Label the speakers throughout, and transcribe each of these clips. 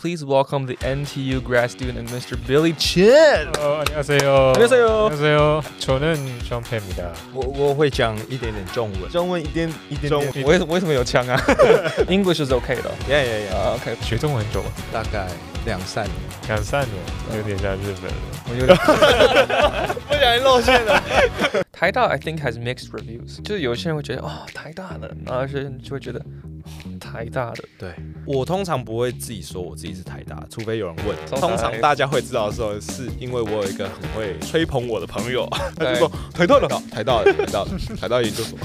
Speaker 1: Please welcome the NTU grad student and Mr. Billy Chin.
Speaker 2: 어, 안녕하세요.
Speaker 1: 안녕하세요.
Speaker 2: 안녕하세요. 저는 샴페입니다.
Speaker 3: 我我会讲一点点中文，中文一点一点
Speaker 2: 中
Speaker 3: 点，
Speaker 1: 为为什么有枪啊 ah? ？English is okay Uh, 的
Speaker 3: 呀呀呀，
Speaker 1: 啊、o k
Speaker 2: 学中文很久，
Speaker 3: 大概两三年，
Speaker 2: 两三年，有点像日本人。
Speaker 1: 我有点
Speaker 3: 不小心露馅了。
Speaker 1: 台大 I think has mixed reviews，就是有些人会觉得哦台大的，然后有些人就会觉得哦台大的，
Speaker 3: 对，我通常不会自己说我自己是台大，除非有人问。
Speaker 1: 通
Speaker 3: 通
Speaker 1: 常
Speaker 3: 常大家会知道的时候，是因为我有一个很会吹捧我的朋 友，他
Speaker 1: 对
Speaker 3: 就说台大的， 台大的，台大的，台 大研究所。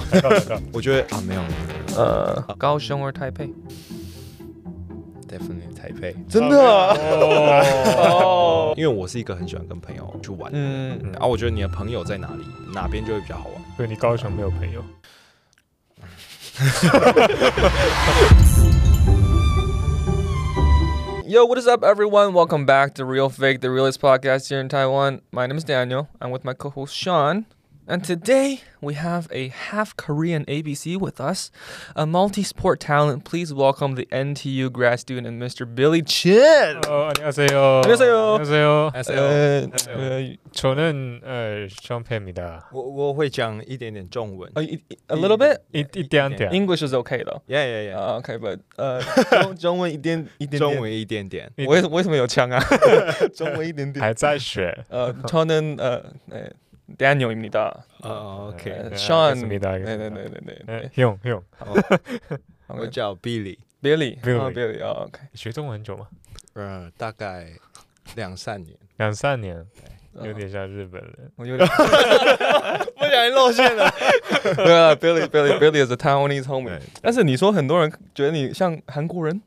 Speaker 3: 我觉得啊，没有没有没有
Speaker 1: 呃高雄 or 台北，
Speaker 3: ，definitely 台北，
Speaker 1: 真
Speaker 2: 아.
Speaker 1: 的
Speaker 2: 어.
Speaker 3: 因为我是一个很喜欢跟朋友去玩，
Speaker 1: 嗯，
Speaker 3: 然后我觉得你的朋友在哪里，哪边就会比较好玩。
Speaker 2: 因为你高雄没有朋友。
Speaker 1: Yo, what is up, everyone? Welcome back to Real Fake, the realest podcast here in Taiwan. My name is Daniel. I'm with my co host Sean. And today we have a half Korean ABC with us, a multi sport talent. Please welcome the NTU grad student and Mr. Billy Chin.
Speaker 2: 어, 안녕하세요. 네.
Speaker 1: 안녕하세요.
Speaker 2: 안녕하세요.
Speaker 3: 呃，
Speaker 2: 저는 어, 샴페입니다.
Speaker 3: 我我会讲一点点中文
Speaker 1: Uh,，a a little bit?
Speaker 2: 이- 이때한테야.
Speaker 1: English is okay though.
Speaker 3: 呀呀呀，
Speaker 1: Uh, okay, but uh,
Speaker 3: 中中文一点啊一点，中文一点点，
Speaker 2: 一-
Speaker 1: 为什为什么有枪啊？ah?
Speaker 3: 中文一点点。
Speaker 2: 还在学。
Speaker 1: 呃，Uh, 저는어네 Daniel입니다.
Speaker 3: 哦，OK，
Speaker 1: 呃
Speaker 2: 네
Speaker 1: Sean
Speaker 2: 알겠습니다,
Speaker 1: 네, 네,
Speaker 2: 알겠습니다.
Speaker 1: 네, 네, 네.
Speaker 2: 네, 형, 형.
Speaker 3: 我
Speaker 1: OK,
Speaker 3: 叫 Billy，
Speaker 1: Billy,
Speaker 2: Billy.
Speaker 1: 어, Billy. 어, OK.
Speaker 2: 学中文很久吗？
Speaker 3: 嗯，大概两三年，
Speaker 2: 两三年，
Speaker 3: 啊
Speaker 2: 아.
Speaker 1: 어,
Speaker 2: 有点像日本人。
Speaker 1: 我有点
Speaker 3: 不小心露馅了。
Speaker 1: 对啊，Billy Billy Billy is a Taiwanese homie
Speaker 3: 对。
Speaker 1: 但是你说很多人觉得你像韩国人，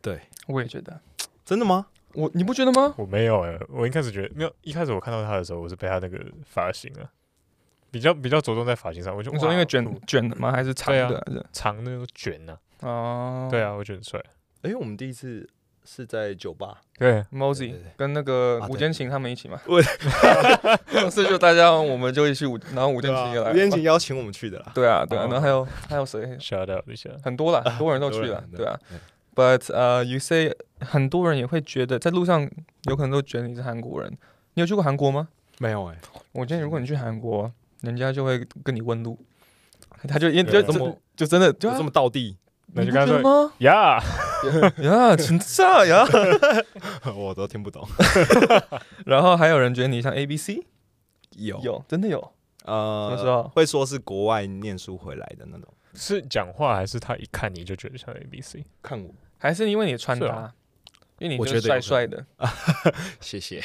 Speaker 3: 对，
Speaker 1: 我也觉得，
Speaker 3: 真的吗？
Speaker 1: 我你不觉得吗？
Speaker 2: 我没有哎、我一开始觉得没有，一开始我看到他的时候，我是被他那个发型啊，比较比较着重在发型上。我就
Speaker 1: 你说因为卷
Speaker 2: 哇
Speaker 1: 卷的吗？还是长
Speaker 2: 对啊
Speaker 1: 的？还是
Speaker 2: 长的那种卷呢、
Speaker 1: 哦，
Speaker 2: 啊，对啊，我觉得很帅。
Speaker 3: 哎，我们第一次是在酒吧，
Speaker 2: 对，
Speaker 1: ，Mosey
Speaker 3: 对对对
Speaker 1: 跟那个
Speaker 3: 啊
Speaker 1: 吴
Speaker 3: 对
Speaker 1: 坚琴他们一起嘛。
Speaker 3: 我
Speaker 1: 上次就大家我们就一起五，然后吴坚琴也来
Speaker 3: 啊
Speaker 1: 了。
Speaker 3: 吴彦琴邀请我们去的啦。
Speaker 1: 对啊，对啊，
Speaker 2: 哦
Speaker 1: 然后还有还有谁？
Speaker 2: shout out 一下。
Speaker 1: 很多啦，很多人都去了
Speaker 3: 很，多人
Speaker 1: 对啊
Speaker 3: 对。
Speaker 1: But 呃、y o u say 很多人也会觉得，在路上有可能都觉得你是韩国人。你有去过韩国吗？
Speaker 3: 没有哎，
Speaker 1: 我觉得如果你去韩国，人家就会跟你问路， 他就因
Speaker 2: 对
Speaker 1: 就
Speaker 2: 啊
Speaker 1: 就
Speaker 3: 这么
Speaker 1: 就真的就
Speaker 3: 就这么到地，
Speaker 2: 那
Speaker 1: 你
Speaker 2: 就
Speaker 1: 不觉
Speaker 2: 干脆
Speaker 1: 得吗？
Speaker 2: 呀
Speaker 1: 呀，真的呀。
Speaker 3: 我都听不懂。
Speaker 1: 然后还有人觉得你像 A B C，
Speaker 3: 有
Speaker 1: 有真的有，什么时
Speaker 3: 呃，
Speaker 1: 候？
Speaker 3: 会说是国外念书回来的那种。
Speaker 2: 是讲话还是他一看你就觉得像 A B C？
Speaker 3: 看我，
Speaker 1: 还是因为你穿
Speaker 2: 是
Speaker 1: 搭
Speaker 2: 啊？
Speaker 1: 因为你
Speaker 3: 我
Speaker 1: 就
Speaker 3: 觉
Speaker 1: 是
Speaker 3: 得有
Speaker 1: 帅
Speaker 3: 可
Speaker 1: 帅的，
Speaker 3: 谢谢。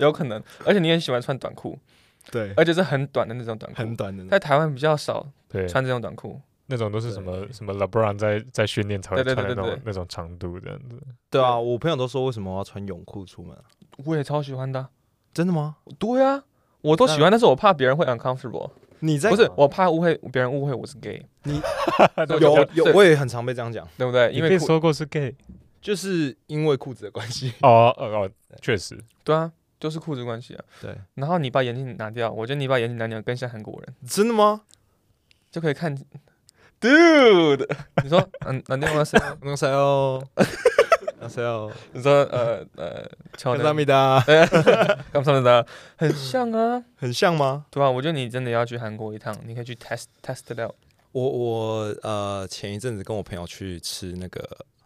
Speaker 1: 有可能，而且你也喜欢穿短裤，
Speaker 3: 对，
Speaker 1: 而且是很短的那种短裤，
Speaker 3: 很短的那
Speaker 1: 在
Speaker 3: 种。
Speaker 1: 台湾比较少
Speaker 2: 对，
Speaker 1: 穿这种短裤，
Speaker 2: 那种都是什
Speaker 3: 对
Speaker 2: 么什么 LeBron 在在训练才会
Speaker 1: 对
Speaker 2: 穿
Speaker 1: 对
Speaker 2: 的那
Speaker 1: 对对对
Speaker 2: 种那种长度这样子。
Speaker 3: 对啊，我朋友都说为什么我要穿泳裤出门啊？
Speaker 1: 我也超喜欢的啊。
Speaker 3: 真的吗？
Speaker 1: 对啊，我都喜欢，但是我怕别人会 uncomfortable，
Speaker 3: 你在
Speaker 1: 不是，我怕误会别人误会我是 gay，
Speaker 2: 对
Speaker 1: 有
Speaker 3: 有有
Speaker 1: 对，
Speaker 3: 我也很常被这样讲，
Speaker 1: 对不对？
Speaker 2: 你
Speaker 1: 因
Speaker 2: 被
Speaker 1: 为裤
Speaker 2: 说过是 gay
Speaker 3: 就是因为裤子的关系。
Speaker 1: 嗯
Speaker 2: 哦哦哦，确实
Speaker 1: 对啊，就是裤子关系啊。
Speaker 3: 对，
Speaker 1: 然后你把眼镜拿掉，我觉得你把眼镜拿掉更像韩国人，
Speaker 3: 真的吗？
Speaker 1: 就可以看，dude，你说嗯，男定吗？
Speaker 3: 안녕하세요안녕하세요
Speaker 1: 你说呃呃，乔
Speaker 3: 감
Speaker 1: 丹，
Speaker 3: 사합 니다
Speaker 1: 감사합니다，很像啊，
Speaker 3: 很像吗？
Speaker 1: 对吧？我觉得你真的要去韩国一趟，你可以去 test test it out，
Speaker 3: 我我呃前一阵子跟我朋友去吃那个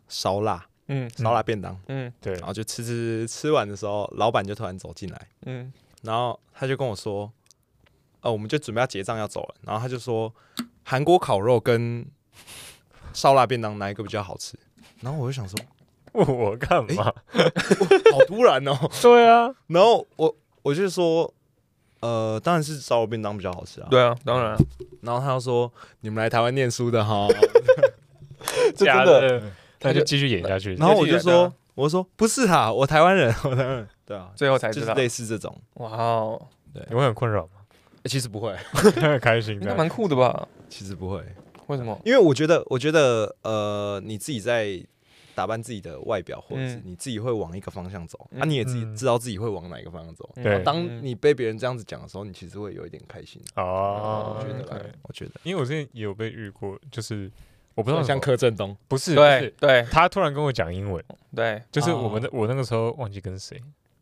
Speaker 3: 烧腊
Speaker 1: 嗯
Speaker 3: 烧腊便当，
Speaker 1: 嗯
Speaker 2: 对
Speaker 3: 然后就吃吃吃完的时候，老板就突然走进来，
Speaker 1: 嗯，
Speaker 3: 然后他就跟我说，呃，我们就准备要结账要走了，然后他就说韩国烤肉跟烧腊便当哪一个比较好吃？然后我就想说，
Speaker 2: 问我干嘛？
Speaker 3: 好突然哦，
Speaker 2: 对啊，
Speaker 3: 然后我我就说，呃，当然是烧肉便当比较好吃啊。
Speaker 1: 对啊，当然啊，
Speaker 3: 然后他又说：“你们来台湾念书的哈。
Speaker 1: 这
Speaker 2: 假
Speaker 1: 真的，
Speaker 2: 的，那就继续演下去”。
Speaker 3: 然后我就
Speaker 1: 这是也对啊
Speaker 3: 说：“ 我说不是哈，我台湾人， 我台湾人。”对啊，
Speaker 1: 最后才
Speaker 3: 就
Speaker 1: 知
Speaker 3: 是
Speaker 1: 道，
Speaker 3: 类似这种。
Speaker 1: 哇哦，
Speaker 2: 你会很困扰吗？
Speaker 3: 欸其实不会，
Speaker 2: 很 开心
Speaker 1: 应该
Speaker 2: 的。
Speaker 1: 蛮酷的吧？
Speaker 3: 其实不会，
Speaker 1: 为什么？
Speaker 3: 因为我觉得，我觉得，呃，你自己在打扮自己的外表，或者是
Speaker 1: 嗯
Speaker 3: 你自己会往一个方向走，
Speaker 1: 嗯
Speaker 3: 啊，你也自己
Speaker 2: 嗯
Speaker 3: 知道自己会往哪一个方向走。
Speaker 1: 嗯
Speaker 2: 对
Speaker 3: 当你被别人这样子讲的时候，你其实会有一点开心，
Speaker 2: 哦，
Speaker 3: 我觉
Speaker 1: 嗯
Speaker 3: 得啦
Speaker 1: 对，
Speaker 3: 我觉得
Speaker 2: 因为我之前也有被遇过，就是我不知道
Speaker 3: 像柯震东，
Speaker 2: 不是，不
Speaker 1: 对
Speaker 2: 是，
Speaker 1: 对
Speaker 2: 他突然跟我讲英文，
Speaker 1: 对，
Speaker 2: 就是我
Speaker 3: 哦
Speaker 2: 们的、我那个时候忘记跟谁，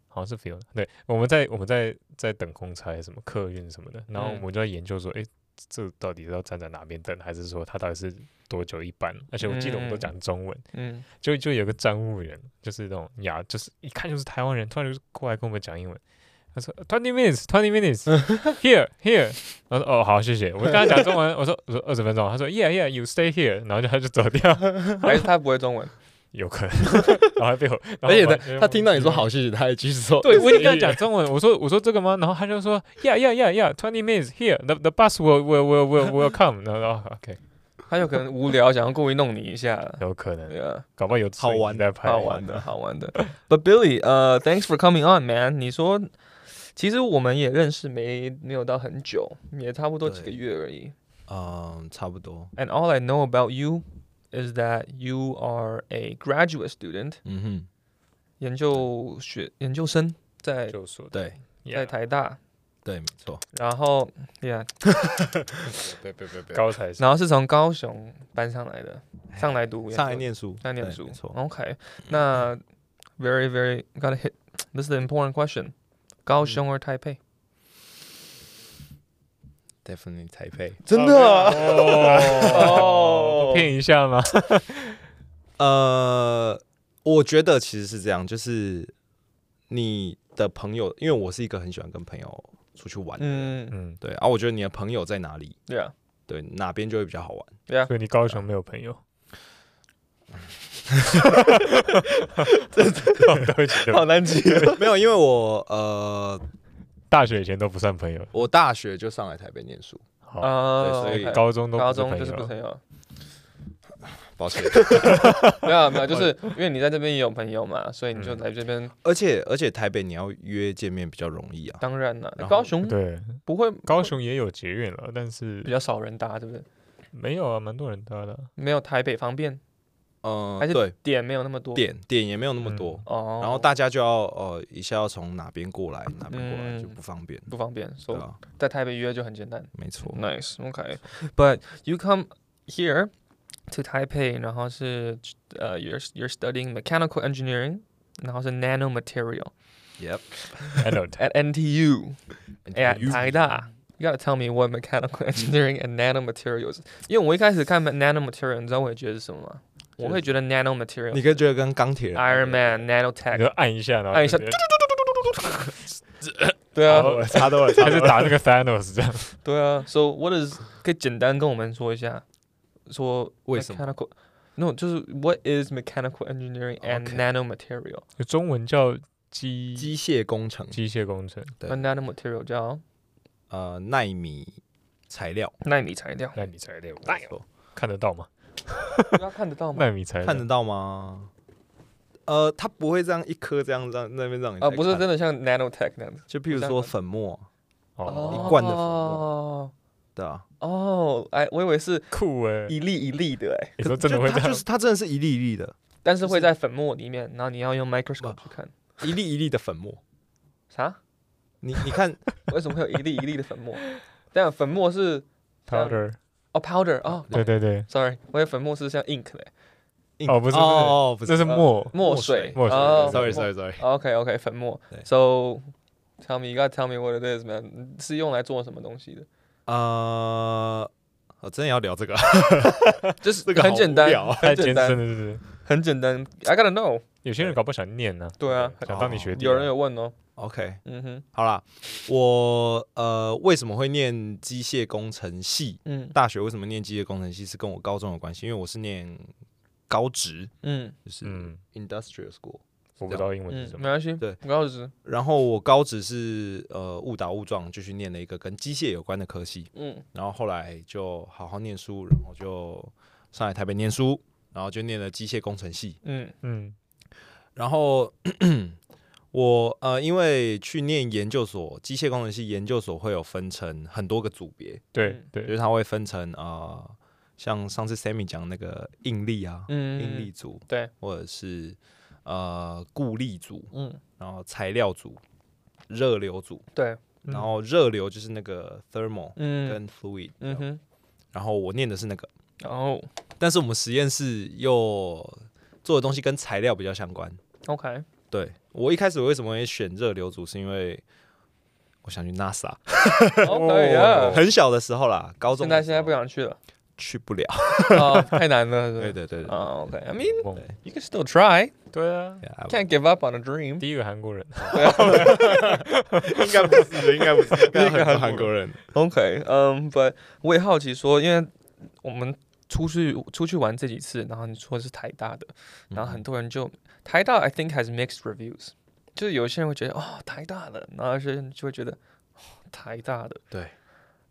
Speaker 2: 好像是 Fiona，对，我们在我们在在等公差还是什么客运什么的，然后我
Speaker 1: 嗯
Speaker 2: 们就在研究说，诶，这到底是要站在哪边等，还是说他到底是多久一班？而且我记得我们都
Speaker 1: 嗯
Speaker 2: 讲中文，
Speaker 1: 嗯
Speaker 2: 就就有个站务员，就是那种呀，就是一看就是台湾人，突然就过来跟我们讲英文。他说 twenty minutes, twenty minutes, here, here。然后说哦好，谢谢。我跟他讲中文，我说我说二十分钟。他说 yeah, yeah, you stay here。然后就他就走掉，
Speaker 1: 还是他不会中文，
Speaker 2: 有可能。 然后还被我，然后
Speaker 3: 而且
Speaker 1: 哦
Speaker 2: 我
Speaker 3: 他他听到
Speaker 1: 嗯
Speaker 3: 你说，好谢谢，他还继续说，
Speaker 2: 对，我已经跟他讲中文，我说我说这个吗？然后他就说 yeah, yeah, yeah, yeah, twenty minutes here. The the bus will will will will will come。然后然后 OK，
Speaker 1: 他有可能无聊，想要故意弄你一下。
Speaker 2: 有可能，
Speaker 1: 对啊，
Speaker 2: 搞不好有
Speaker 3: 好玩
Speaker 2: 在拍，
Speaker 1: 好玩的，好玩的。But Billy，呃、t h a n k s for coming on, man。你说，其实我们也认识没没有到很久，也差不多几个
Speaker 3: 对
Speaker 1: 月而已。
Speaker 3: 嗯，差不多，
Speaker 1: And all I know about you is that you are a graduate student，
Speaker 3: 嗯哼，
Speaker 1: 研究学研究生在
Speaker 2: 就说
Speaker 3: 对
Speaker 1: 在
Speaker 2: yeah，
Speaker 1: 台大，
Speaker 3: 对，没错，
Speaker 1: 然后，Yeah，
Speaker 3: 对对对对，
Speaker 2: 高材生。
Speaker 1: 然后是从高雄搬上来的，上来读研究，
Speaker 3: 上来念书，
Speaker 1: 上来念
Speaker 3: 对
Speaker 1: 书哦
Speaker 3: 没错，
Speaker 1: ，OK。那 very very gotta hit this is the important question，高雄 or 台北？
Speaker 3: ，definitely 台北，
Speaker 2: 哦，骗一下 吗？
Speaker 3: 呃，我觉得其实是这样，就是你的朋友，因为我是一个很喜欢跟朋友出去玩的人，
Speaker 1: 嗯
Speaker 2: 嗯，
Speaker 3: 对啊，我觉得你的朋友在哪里，
Speaker 1: ，Yeah。
Speaker 3: 对哪边就会比较好玩。
Speaker 2: 所以你高雄没有朋友。对不起，对不起
Speaker 1: 难记。
Speaker 3: 没有，因为我呃，
Speaker 2: 大学以前都不算朋友，
Speaker 3: 我大学就上来台北念书，
Speaker 2: 好，
Speaker 1: 啊，
Speaker 3: 对所以
Speaker 1: OK
Speaker 2: 高中都
Speaker 1: 高
Speaker 2: 不
Speaker 1: 中就是
Speaker 2: 朋
Speaker 1: 不是
Speaker 2: 友
Speaker 1: 朋友，
Speaker 3: 抱歉。
Speaker 1: 没有没有，就是因为你在这边也有朋友嘛，所以你就
Speaker 2: 嗯
Speaker 1: 来这边。
Speaker 3: 而且而且台北你要约见面比较容易啊，
Speaker 1: 当然了，
Speaker 3: 然后
Speaker 1: 高雄
Speaker 2: 对，
Speaker 1: 不会
Speaker 2: 高雄也有捷运了，但
Speaker 1: 比
Speaker 2: 是
Speaker 1: 较少人搭，对不对？
Speaker 2: 没有啊，蛮多人搭的 啊。
Speaker 1: 没有台北方便，
Speaker 3: 嗯、
Speaker 1: 还是
Speaker 3: 对，
Speaker 1: 点没有那么多。
Speaker 3: 点点也没有那么多，
Speaker 1: 哦，
Speaker 3: 然后大家就要呃一下要从哪边过来，哪边过来
Speaker 1: 嗯
Speaker 3: 就不方便，
Speaker 1: 不方便，所
Speaker 3: 对
Speaker 1: 以
Speaker 3: 啊，
Speaker 1: 在台北约就很简单。
Speaker 3: 没错，
Speaker 1: Nice, OK. But you come here to Taipei，然后是呃、y o u r e you're studying mechanical engineering，然后是 nanomaterial
Speaker 3: Yep，
Speaker 2: I know
Speaker 1: at NTU at
Speaker 3: You-
Speaker 1: 台大。You gotta tell me what mechanical engineering and nanomaterials，因为我一开始看 nanomaterial，你知道我也觉得是什么吗？我会觉得
Speaker 3: 你
Speaker 1: nanomaterial。
Speaker 3: 可以觉得跟钢铁人
Speaker 1: Iron Man,
Speaker 2: 你就
Speaker 1: Nanotech，
Speaker 2: 按一下，然后
Speaker 1: 按一下
Speaker 2: 就直接
Speaker 1: 对啊
Speaker 2: 好，
Speaker 3: 差多了，
Speaker 2: 还是打那个 Thanos 这样。
Speaker 1: 对啊。So what is 可以简单跟我们说一下，说
Speaker 3: 为什么
Speaker 1: mechanical no 就是 what is mechanical engineering and
Speaker 3: OK
Speaker 1: nanomaterial？
Speaker 2: 就中文叫机
Speaker 3: 机械工程，
Speaker 2: 机械工程，
Speaker 3: 对
Speaker 1: 那 nanomaterial 叫
Speaker 3: 呃，纳米材料，
Speaker 1: 纳米材 料，
Speaker 2: 纳米材料，
Speaker 3: 没错
Speaker 2: 看得到吗？
Speaker 1: 大家看得到吗？
Speaker 2: 纳米材料，
Speaker 3: 看得到吗？呃，它不会这样一颗这样让那边让你
Speaker 1: 啊，
Speaker 3: 在
Speaker 1: 不是
Speaker 3: 看
Speaker 1: 真，的像 nanotech 那样子，
Speaker 3: 就譬如
Speaker 1: 这样
Speaker 3: 说
Speaker 1: 吗
Speaker 3: 粉末，
Speaker 2: 哦，
Speaker 3: 一罐的粉
Speaker 1: 哦
Speaker 3: 末对啊，
Speaker 1: 哦，哎，我以为是
Speaker 2: 酷哎！
Speaker 1: 一粒一粒的哎，
Speaker 2: 你说真的会这
Speaker 3: 就它就
Speaker 2: 样？
Speaker 3: 是它真的是一粒一粒的，
Speaker 1: 但是会在粉末里面，然后你要用 microscope 去看
Speaker 3: 一粒一粒的粉末。
Speaker 1: 啥？
Speaker 3: 你你看，
Speaker 1: 为什么会有一粒一粒的粉末？ 但粉末是
Speaker 2: powder，
Speaker 1: 哦 powder 哦
Speaker 2: 对对对，
Speaker 1: ，sorry，我以为粉末是像 ink 的哎
Speaker 3: 硬
Speaker 2: 哦不是
Speaker 3: 哦哦不
Speaker 2: 这
Speaker 3: 是呃
Speaker 2: 是墨，
Speaker 1: 墨
Speaker 3: 墨水
Speaker 1: 水，
Speaker 2: 墨水
Speaker 1: 哦
Speaker 3: sorry
Speaker 1: 墨
Speaker 3: sorry sorry，
Speaker 1: OK OK，粉末
Speaker 3: 对。
Speaker 1: So tell me, you gotta tell me what it is, man。是用来做什么东西 的？
Speaker 3: 呃，我真的要聊这个，
Speaker 1: 就是
Speaker 3: 这个
Speaker 1: 很
Speaker 3: 好
Speaker 1: 简
Speaker 3: 无
Speaker 1: 单，
Speaker 3: 聊
Speaker 2: 太
Speaker 1: 很
Speaker 2: 艰
Speaker 1: 简
Speaker 2: 深
Speaker 1: 单，
Speaker 2: 了，是不是？
Speaker 1: 很简单。I gotta know。
Speaker 2: 有些人搞不好想念呢，
Speaker 1: 对啊
Speaker 2: 想当你学弟啊，
Speaker 1: 有人有问哦，
Speaker 3: OK，
Speaker 1: 嗯哼，
Speaker 3: 好啦，我呃为什么会念机械工程系？
Speaker 1: 嗯
Speaker 3: 大学为什么念机械工程系是跟我高中有关系，因为我是念高职，
Speaker 1: 嗯
Speaker 3: 就是
Speaker 2: 嗯，
Speaker 3: industrial school。
Speaker 2: 我不知道英文是
Speaker 1: 嗯，
Speaker 2: 什
Speaker 1: 没
Speaker 2: 么，
Speaker 1: 关系。
Speaker 3: 对
Speaker 1: 我告诉你，
Speaker 3: 然后我高职是呃误打误撞就去念了一个跟机械有关的科系，
Speaker 1: 嗯
Speaker 3: 然后后来就好好念书，然后就上来台北念书，然后就念了机械工程系。
Speaker 1: 嗯
Speaker 2: 嗯，
Speaker 3: 然后 我呃因为去念研究所，机械工程系研究所会有分成很多个组别，
Speaker 2: 对
Speaker 1: 嗯
Speaker 3: 就
Speaker 2: 对，
Speaker 3: 是它会分成呃像上次 Sammy 讲那个应力啊，
Speaker 1: 嗯，
Speaker 3: 应力组，
Speaker 1: 对，
Speaker 3: 或者是呃固力组，
Speaker 1: 嗯，
Speaker 3: 然后材料组、热流组，
Speaker 1: 对，
Speaker 2: 嗯
Speaker 3: 然后热流就是那个 thermal
Speaker 1: 嗯
Speaker 3: 跟 fluid，、
Speaker 1: 嗯哼，
Speaker 3: 然后我念的是那个，
Speaker 1: 哦
Speaker 3: 但是我们实验室又做的东西跟材料比较相关。
Speaker 1: ，OK，
Speaker 3: 对我一开始为什么会选热流组，是因为我想去 NASA，
Speaker 1: 哦可以啊。
Speaker 3: 很小的时候啦，高中
Speaker 1: 现
Speaker 3: 的
Speaker 1: 在
Speaker 3: 时
Speaker 1: 现
Speaker 3: 候
Speaker 1: 在不想去了，
Speaker 3: 去不了。
Speaker 1: 啊，太难了，
Speaker 3: 对
Speaker 1: 是吧？
Speaker 3: 对对对
Speaker 1: 啊，OK，I mean
Speaker 2: 梦
Speaker 1: you can still try,
Speaker 2: 对啊，
Speaker 3: 对啊
Speaker 1: can't give up on a dream。
Speaker 2: 第一个韩国人，
Speaker 3: 应该不是，应该不是，应该很多韩国人。
Speaker 1: OK，嗯、不，我也好奇说，因为我们出去出去玩这几次，然后你说是台大的，
Speaker 3: 嗯
Speaker 1: 然后很多人就台大，I think has mixed reviews，就是有些人会觉得哦台大的，然后有些人就会觉得、哦、台大的。
Speaker 3: 对，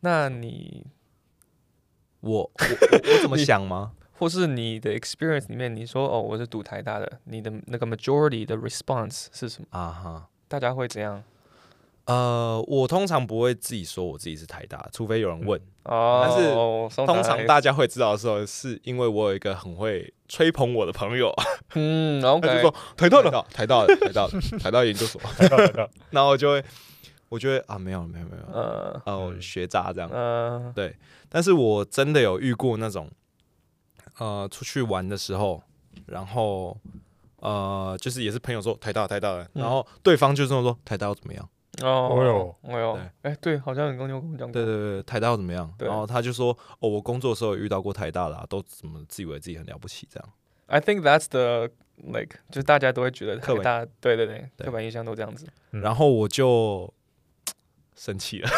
Speaker 1: 那你
Speaker 3: 我我我我怎么想吗？
Speaker 1: 或是你的 experience 里面，你说哦我是读台大的，你的那个 majority 的 response 是什么？
Speaker 3: 啊哈，
Speaker 1: 大家会怎样？
Speaker 3: 呃，我通常不会自己说我自己是台大，除非有人问。但是
Speaker 1: 哦，但
Speaker 3: 嗯通常大家会知道的时候，是因为我有一个很会吹捧我的朋 友，
Speaker 1: 嗯
Speaker 3: 他就
Speaker 1: ，OK，
Speaker 3: 说台大的，台大的，台大的， 台大研究所。 然后我就会，我就会啊，没有没有没有，
Speaker 1: 呃
Speaker 3: 啊，我学渣这样。
Speaker 1: 呃，
Speaker 3: 但是我真的有遇过那种，呃，出去玩的时候，然后呃，就是也是朋友说台大台大的，
Speaker 1: 嗯
Speaker 3: 然后对方就这么说台大又怎么样？
Speaker 1: 哦，
Speaker 2: 哦哟
Speaker 1: 哦哟，哎，对，好像你跟我跟我讲过，
Speaker 3: 对对对，台大又怎么样？
Speaker 1: 对
Speaker 3: 然后他就说哦，我工作的时候也遇到过台大的、啊，都怎么自以为自己很了不起这样。
Speaker 1: I think that's the like，就是大家都会觉得
Speaker 3: 刻板
Speaker 1: 台大，对对对，
Speaker 3: 对
Speaker 1: 刻板印象都这样子。
Speaker 2: 嗯
Speaker 3: 然后我就生 气了，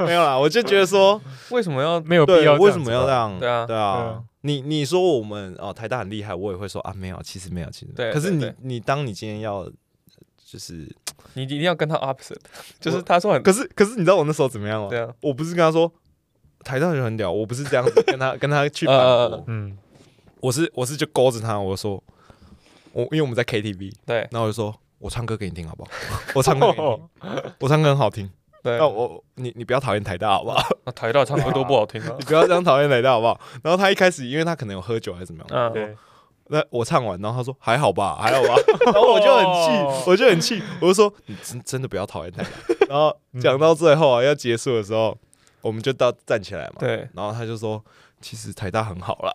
Speaker 3: 没有啦，我就觉得说，
Speaker 1: 为什么要？
Speaker 2: 没有必
Speaker 3: 对，
Speaker 2: 要，
Speaker 3: 为什么要这？样？
Speaker 1: 对啊
Speaker 3: 对
Speaker 2: 对
Speaker 3: 啊
Speaker 2: 啊。
Speaker 3: 你你说我们哦台大很厉害，我也会说啊没有，其实没有，其实没
Speaker 1: 对
Speaker 3: 有可是
Speaker 1: 对
Speaker 3: 你
Speaker 1: 对
Speaker 3: 你当你今天要就是
Speaker 1: 你一定要跟他 opposite，就是他说很
Speaker 3: 可是可是你知道我那时候怎么样吗？
Speaker 1: 对啊，
Speaker 3: 我不是跟他说台大人很屌，我不是这样子跟他跟他去反
Speaker 1: 呃
Speaker 3: 驳，
Speaker 2: 嗯，
Speaker 3: 我是我是就勾着他，我说我因为我们在 KTV，
Speaker 1: 对
Speaker 3: 然后我就说我唱歌给你听好不好？ 我唱歌给
Speaker 2: 哦
Speaker 3: 你听，我唱歌很好听。
Speaker 1: 对。
Speaker 3: 那我你你不要讨厌台大好不 好？
Speaker 1: 啊台大唱歌都不好听啊
Speaker 3: 你。不要这样讨厌台大好不好？ 然后他一开始因为他可能有喝酒还是怎么 样，
Speaker 1: 嗯，
Speaker 2: 对，
Speaker 3: 那我唱完，然后他说还好吧，还好吧， 然后我就很
Speaker 2: 哦
Speaker 3: 气，我就很气，我就说你真真的不要讨厌他。 然后讲到最后啊，要结束的时候，我们就到站起来嘛，
Speaker 1: 对，
Speaker 3: 然后他就说其实台大很好啦。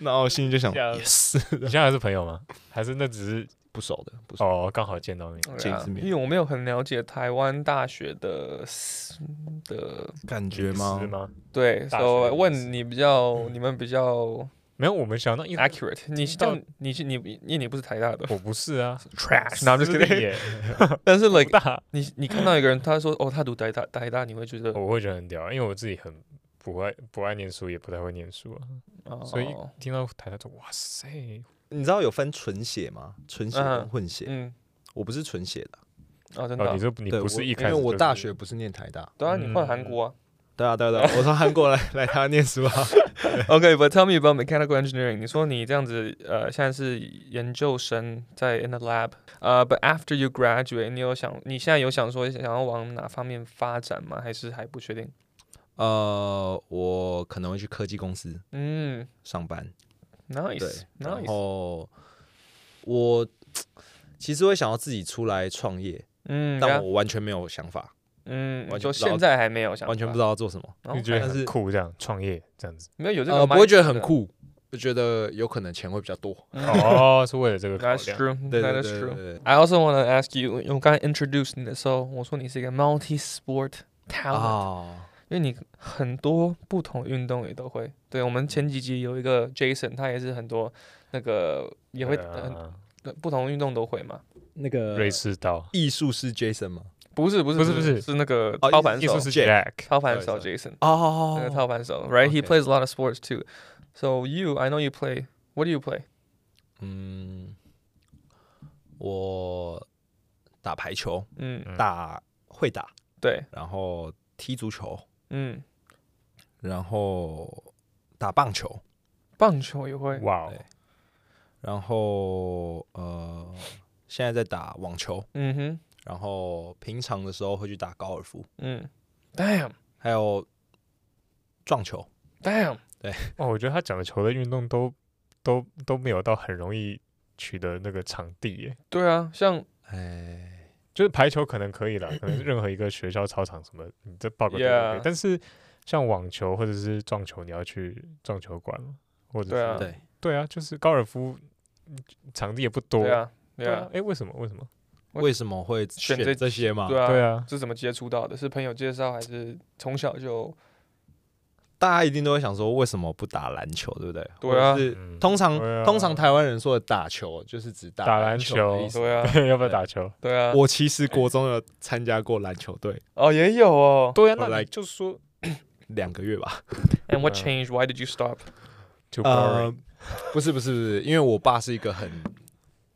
Speaker 3: 然后我心里就想
Speaker 2: 这样
Speaker 3: 也是
Speaker 2: 你现在还是朋友吗？还是那只是
Speaker 3: 不熟的，不熟
Speaker 2: 哦，刚好见到你，
Speaker 1: 对
Speaker 3: 见一
Speaker 1: 啊
Speaker 3: 次面
Speaker 1: 因为我没有很了解台湾大学的的，
Speaker 3: 感觉吗
Speaker 2: 是？吗？
Speaker 1: 对，
Speaker 2: 大学
Speaker 1: 所
Speaker 2: 的
Speaker 1: 以问你比较，你们比较
Speaker 2: 没有，我们想到
Speaker 3: 哎
Speaker 2: 因为
Speaker 1: accurate。你这样，你是你，因为你不是台大的
Speaker 2: 我不是啊，
Speaker 1: trash，那 I'm just
Speaker 2: 私立
Speaker 1: kidding
Speaker 2: 耶
Speaker 1: 但是 like
Speaker 2: 大，
Speaker 1: 你你看到一个人，他说哦，他读台大台大，你会觉得
Speaker 2: 我会觉得很屌，因为我自己很不爱不爱念书，也不太会念书啊，
Speaker 1: 哦，
Speaker 2: 所以听到台大说哇塞，
Speaker 3: 你知道有分纯血吗？纯血跟
Speaker 1: 嗯
Speaker 3: 混血，
Speaker 1: 嗯，
Speaker 3: 我不是纯血的，
Speaker 1: 哦，真的
Speaker 2: 哦，
Speaker 1: 啊
Speaker 2: 你，说你
Speaker 3: 对
Speaker 2: 不是
Speaker 3: 我
Speaker 2: 一开始
Speaker 3: 因为
Speaker 2: 就
Speaker 3: 我
Speaker 2: 是
Speaker 3: 大学不是念台大，
Speaker 1: 对啊，你换韩
Speaker 2: 嗯
Speaker 1: 国啊。
Speaker 3: 对啊对啊对啊，我从韩国来来台湾念书啊，
Speaker 1: OK，but、tell me about mechanical engineering。你说你这样子，呃，现在是研究生在 in the lab，呃、b u t after you graduate，你有想，你现在有想说想要往哪方面发展吗？还是还不确定？
Speaker 3: 呃，我可能会去科技公司
Speaker 1: 嗯
Speaker 3: 上班，对然
Speaker 1: ，nice，nice，
Speaker 3: 后我其实会想要自己出来创业，
Speaker 1: 嗯，对啊
Speaker 3: 但我完全没有想法，
Speaker 1: 嗯，
Speaker 3: 完全
Speaker 1: 就
Speaker 3: 不知道
Speaker 1: 现在还没有想法，
Speaker 3: 完全不知
Speaker 1: 道，
Speaker 3: 道要做什么。
Speaker 2: 就觉得
Speaker 3: 但是
Speaker 2: 很酷，这样创业这样子
Speaker 1: 没有有这个、啊
Speaker 3: 呃，不会觉得很。酷，就觉得有可能钱会比较多。
Speaker 2: 哦，是为了这个考
Speaker 1: That's
Speaker 2: 量。
Speaker 1: true. 嗯
Speaker 3: 对
Speaker 1: That
Speaker 3: 对
Speaker 1: is
Speaker 3: 对
Speaker 1: true.
Speaker 3: 对对
Speaker 1: I also want to ask you，因为我刚才 introduce 你的时候，我说你是一个 multi-sport talent，、
Speaker 3: 啊，
Speaker 1: 因为你很多不同运动也都会。对我们前几集有一个 Jason，他也是很多那个也会、
Speaker 2: 对
Speaker 1: 很
Speaker 3: 呃
Speaker 2: 啊
Speaker 1: 不同运动都会嘛。
Speaker 3: 那个
Speaker 2: 瑞士刀，
Speaker 3: 艺术师 Jason 吗？
Speaker 1: 不是不是
Speaker 2: 不是不
Speaker 1: 是
Speaker 2: 是
Speaker 1: 是那个
Speaker 3: 哦
Speaker 1: 操盘
Speaker 2: 艺
Speaker 1: 手
Speaker 2: 术，是
Speaker 3: Jack
Speaker 2: Jack，
Speaker 1: 操盘手
Speaker 3: 不好
Speaker 1: Jason，那个
Speaker 3: 哦，
Speaker 1: 操盘手，right? He
Speaker 3: OK
Speaker 1: plays a lot of sports too. So you, I know you play. What do you play?
Speaker 3: 嗯，我打排球，
Speaker 1: 嗯，
Speaker 2: 嗯
Speaker 3: 打会打，
Speaker 1: 对，
Speaker 3: 然后踢足球，
Speaker 1: 嗯，
Speaker 3: 然后打棒球，
Speaker 1: 棒球也会。
Speaker 2: 哇哦
Speaker 3: 对，然后呃，现在在打网球，
Speaker 1: 嗯哼，
Speaker 3: 然后平常的时候会去打高尔夫，
Speaker 1: 嗯，damn
Speaker 3: 还有撞球。
Speaker 1: damn，
Speaker 2: 哦，我觉得他讲的球类运动都都都没有到很容易取得那个场地耶，
Speaker 1: 对啊，像
Speaker 3: 哎，
Speaker 2: 就是排球可能可以啦，可能任何一个学校操场什么，你这报个队都可以
Speaker 1: Yeah
Speaker 2: 但是像网球或者是撞球，你要去撞球馆嘛，或者
Speaker 1: 对啊
Speaker 2: 是
Speaker 3: 对，
Speaker 2: 对啊，就是高尔夫嗯场地也不多，
Speaker 1: 对啊，对
Speaker 2: 对啊
Speaker 1: 啊，，
Speaker 2: 哎，为什么？为什么？
Speaker 1: 我
Speaker 3: 为什么会
Speaker 1: 选
Speaker 3: 选
Speaker 1: 这
Speaker 3: 这些嘛？
Speaker 1: 对啊，
Speaker 2: 对啊，
Speaker 1: 是怎么接触到的？是朋友介绍还是从小就？
Speaker 3: 大家一定都会想说，为什么不打篮球，对不对？
Speaker 1: 对啊
Speaker 3: 或者是
Speaker 2: 嗯
Speaker 3: 通常
Speaker 2: 对啊
Speaker 3: 通常台湾人说的打球，就是指打
Speaker 2: 打
Speaker 3: 篮
Speaker 2: 篮
Speaker 3: 球的意思。
Speaker 1: 对啊，
Speaker 2: 要不要打球？
Speaker 1: 对啊，
Speaker 3: 我其实国中有参加过篮球队
Speaker 1: 哦也有哦。
Speaker 2: 对啊，
Speaker 3: 我
Speaker 2: 那
Speaker 3: 来
Speaker 2: 你就说
Speaker 3: 两个月吧。
Speaker 1: And what
Speaker 2: 嗯
Speaker 1: changed? Why did you stop?
Speaker 2: too boring
Speaker 3: 呃， 不是不是不是，因为我爸是一个很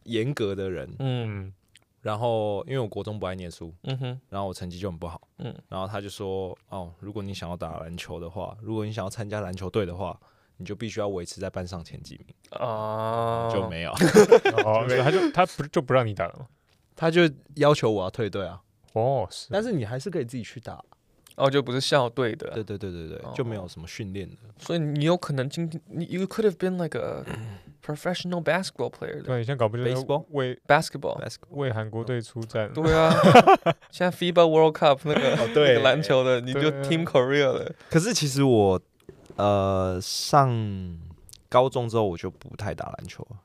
Speaker 3: 严格的人，
Speaker 1: 嗯
Speaker 2: 嗯，
Speaker 3: 然后因为我国中不爱念书，
Speaker 1: 嗯哼，
Speaker 3: 然后我成绩就很不好，
Speaker 1: 嗯
Speaker 3: 嗯，然后他就说，哦，如果你想要打篮球的话，如果你想要参加篮球队的话，你就必须要维持在班上前几名，
Speaker 1: 啊，
Speaker 3: 就没有，
Speaker 2: 哦，所以他就他不就不让你打了吗？
Speaker 3: 他就要求我要退队啊，
Speaker 2: 哦，是
Speaker 3: 但是你还是可以自己去打，啊
Speaker 1: 哦就不是校队的，
Speaker 3: 对对对对对，就没有什么训练的，
Speaker 1: 所以你有可能今天你 you could have been like a professional basketball player 的
Speaker 2: 对，现在搞不就是
Speaker 3: Baseball？
Speaker 2: 为
Speaker 1: basketball。
Speaker 2: 为韩国队出战，
Speaker 1: 对 啊，现在 FIBA World Cup uh, 那个
Speaker 3: 哦
Speaker 1: 那个篮球的，你就
Speaker 2: 对啊
Speaker 1: Team Korea 了。
Speaker 3: 可是其实我呃上高中之后我就不太打篮球了，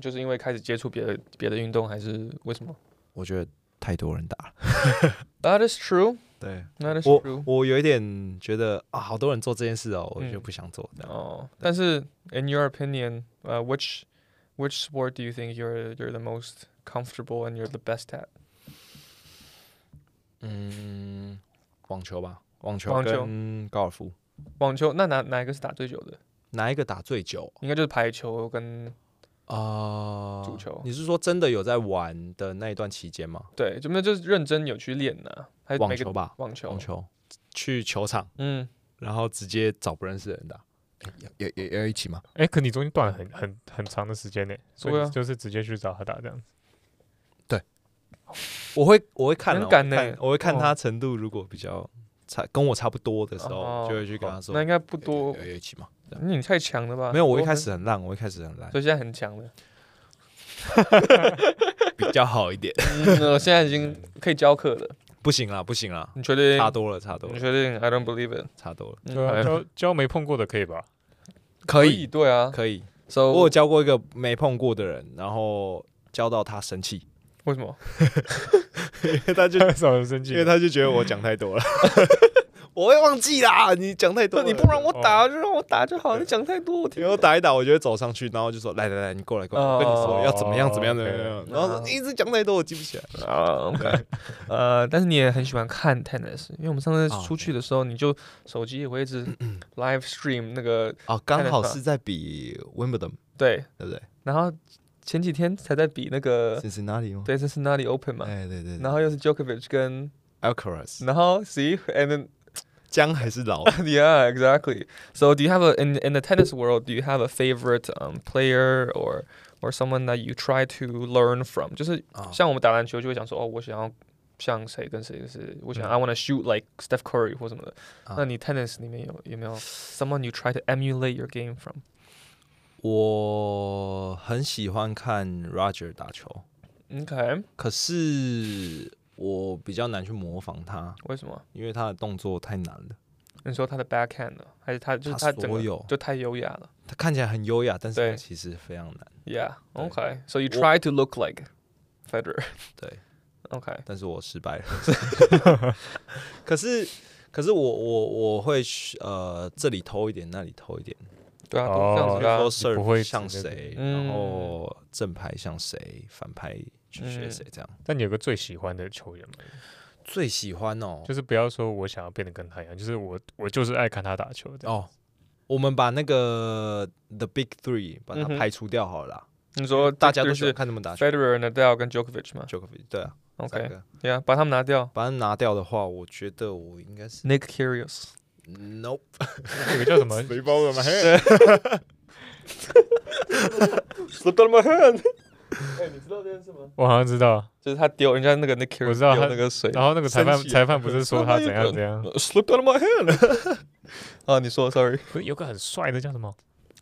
Speaker 1: 就是因为开始接触别的别的运动，还是为什么
Speaker 3: 我觉得太多人打了。
Speaker 1: ？That is true.
Speaker 3: 对
Speaker 1: That is
Speaker 3: 我
Speaker 1: true.
Speaker 3: 我有一点觉得啊，好多人做这件事哦，我就
Speaker 1: 嗯
Speaker 3: 不想做。这样
Speaker 1: 哦，但是 in your opinion, uh, which which sport do you think you're you're the most comfortable and you're the best at?
Speaker 3: 嗯，网球吧，网球
Speaker 1: 网球
Speaker 3: 跟高尔夫，
Speaker 1: 网球那哪哪一个是打最久的？
Speaker 3: 哪一个打最久
Speaker 1: 应该就是排球跟
Speaker 3: 啊？
Speaker 1: 足球
Speaker 3: 你是说真的有在玩的那一段期间吗？
Speaker 1: 对，就没有就是认真有去练呢、还是
Speaker 3: 网
Speaker 1: 每个
Speaker 3: 球吧，
Speaker 1: 网球
Speaker 3: 网球去球场，
Speaker 1: 嗯，
Speaker 3: 然后直接找不认识的人打，也也也要一起吗？
Speaker 2: 哎，可你中间断了很很很长的时间呢，所
Speaker 1: 对啊嗯
Speaker 2: 以就是直接去找他打这样子。
Speaker 3: 我会我会看
Speaker 1: 很
Speaker 3: 了，
Speaker 1: 敢
Speaker 3: 我会
Speaker 1: 呢
Speaker 3: 看我会看
Speaker 1: 哦
Speaker 3: 他程度，如果比较差跟我差不多的时候，
Speaker 1: 哦
Speaker 3: 就会去跟他说
Speaker 1: 那应该不
Speaker 3: 不
Speaker 1: 多，
Speaker 3: 有一起吗？这样
Speaker 1: 你太强了吧？
Speaker 3: 没有，我一
Speaker 1: 多
Speaker 3: 开
Speaker 1: 分，
Speaker 3: 始很烂，啊我一开始很烂，
Speaker 1: 所以现在很强了。
Speaker 3: 比较好一点。
Speaker 1: 嗯，我现在已经可以教课了。
Speaker 3: 不行啦，不行啦，
Speaker 1: 你确定？
Speaker 3: 差多了，差多
Speaker 1: 你
Speaker 3: 了，
Speaker 1: 确定？I don't believe it
Speaker 3: 差多了，
Speaker 1: 嗯。
Speaker 2: 对
Speaker 1: 好
Speaker 2: 啊，
Speaker 1: 像
Speaker 2: 教教没碰过的可以吧？
Speaker 3: 可
Speaker 1: 以，
Speaker 3: 以，
Speaker 1: 对啊。
Speaker 3: 可以。
Speaker 1: So
Speaker 3: 我有教过一个没碰过的人，然后教到他生气，
Speaker 1: 为什么？
Speaker 3: 因为 他就
Speaker 2: 少人生气
Speaker 3: 因为，他就觉得我讲太多了， 我会忘记啦，你讲太多了，
Speaker 1: 你不让我打，
Speaker 2: 哦
Speaker 1: 就让我打就好。你讲太多，我听
Speaker 3: 然后打一打，我就会走上去，然后就说来来来，你过来过来，我跟你说
Speaker 1: 哦
Speaker 3: 要怎么样怎么样
Speaker 2: OK
Speaker 3: 怎么样，然后说
Speaker 1: 嗯
Speaker 3: 你一直讲太多，我记不起来。
Speaker 1: 啊。OK，呃，但是你也很喜欢看 tennis，因为我们上次
Speaker 3: 哦
Speaker 1: 出去的时候，你就手机也会一直 live stream 那个
Speaker 3: 哦，刚好是在比 Wimbledon，
Speaker 1: 对，
Speaker 3: 对不对？
Speaker 1: 然后前几天才在比那个
Speaker 3: 是是哪里吗？
Speaker 1: 对，这是哪里 Open 嘛？
Speaker 3: 哎对对，
Speaker 1: 然后又是 Djokovic 跟
Speaker 3: Alcaraz，
Speaker 1: 然后 see and then
Speaker 3: 姜还是 老
Speaker 1: yeah, exactly. So, do you have a in in the tennis world? Do you have a favorite um, player or or someone that you try to learn from? 就是
Speaker 3: 啊
Speaker 1: 像我们打篮球就会讲说，哦，我想要像谁跟谁是，我想、
Speaker 2: 嗯
Speaker 1: I want to shoot like Steph Curry 或什么的。
Speaker 3: 啊
Speaker 1: 那你 tennis 里面有有没有 someone you try to emulate your game from？
Speaker 3: 我很喜欢看 Roger 打球，
Speaker 1: OK，
Speaker 3: 可是我比较难去模仿他，
Speaker 1: 为什么？
Speaker 3: 因为他的动作太难了。
Speaker 1: 你说他的 backhand 呢？还是他就是
Speaker 3: 他
Speaker 1: 整个
Speaker 3: 所有
Speaker 1: 就太优雅了
Speaker 3: 他看起来很优雅，但是
Speaker 1: 对
Speaker 3: 他其实非常难。 对
Speaker 1: ？Yeah，OK，so、you
Speaker 3: 我
Speaker 1: try to look like Federer。
Speaker 3: 对，
Speaker 1: OK，
Speaker 3: 但是我失败了。 可是，可是我我我会去呃这里偷一点，那里偷一点，
Speaker 1: 对啊，
Speaker 2: 哦
Speaker 1: 都这样
Speaker 3: 比
Speaker 1: 子
Speaker 3: 如
Speaker 1: 的啊
Speaker 3: 说
Speaker 2: 你不会
Speaker 3: serve
Speaker 2: 指
Speaker 3: 像
Speaker 2: 那个
Speaker 3: 谁，
Speaker 1: 嗯
Speaker 3: 然后正牌像谁，反牌去学谁，这样。
Speaker 2: 但你有个最喜欢的球员吗？
Speaker 3: 嗯最喜欢哦，
Speaker 2: 就是不要说我想要变得跟他一样，就是我我就是爱看他打球这样。
Speaker 3: 哦，我们把那个 The Big Three 把它
Speaker 1: 嗯哼
Speaker 3: 排除掉好了啦，
Speaker 1: 你说
Speaker 3: 大家都
Speaker 1: 就
Speaker 3: 喜欢
Speaker 1: 是
Speaker 3: 看他们打球。
Speaker 1: Federer、Nadal 跟 Djokovic 吗
Speaker 3: j o k o v i c 对啊三
Speaker 1: ？OK，
Speaker 3: 个
Speaker 1: 呀，把他们拿掉。
Speaker 3: 把它拿掉的话，我觉得我应该是
Speaker 1: Nick Curious，
Speaker 3: Nope，
Speaker 2: 有个叫什么？
Speaker 3: 背包了吗？
Speaker 1: Slipped on my hand。哎，你知道这件事吗？
Speaker 2: 我好像知道。
Speaker 1: 就是他丢人家那个 Nick Curious
Speaker 2: 我知道
Speaker 1: 丢
Speaker 2: 他
Speaker 1: 那个水
Speaker 2: 然后那个裁判
Speaker 1: 生气
Speaker 2: 裁判不是说他怎样怎样？
Speaker 1: ，Slipped on my hand 。 啊，你说，Sorry，I
Speaker 2: 不是有个很帅的叫什么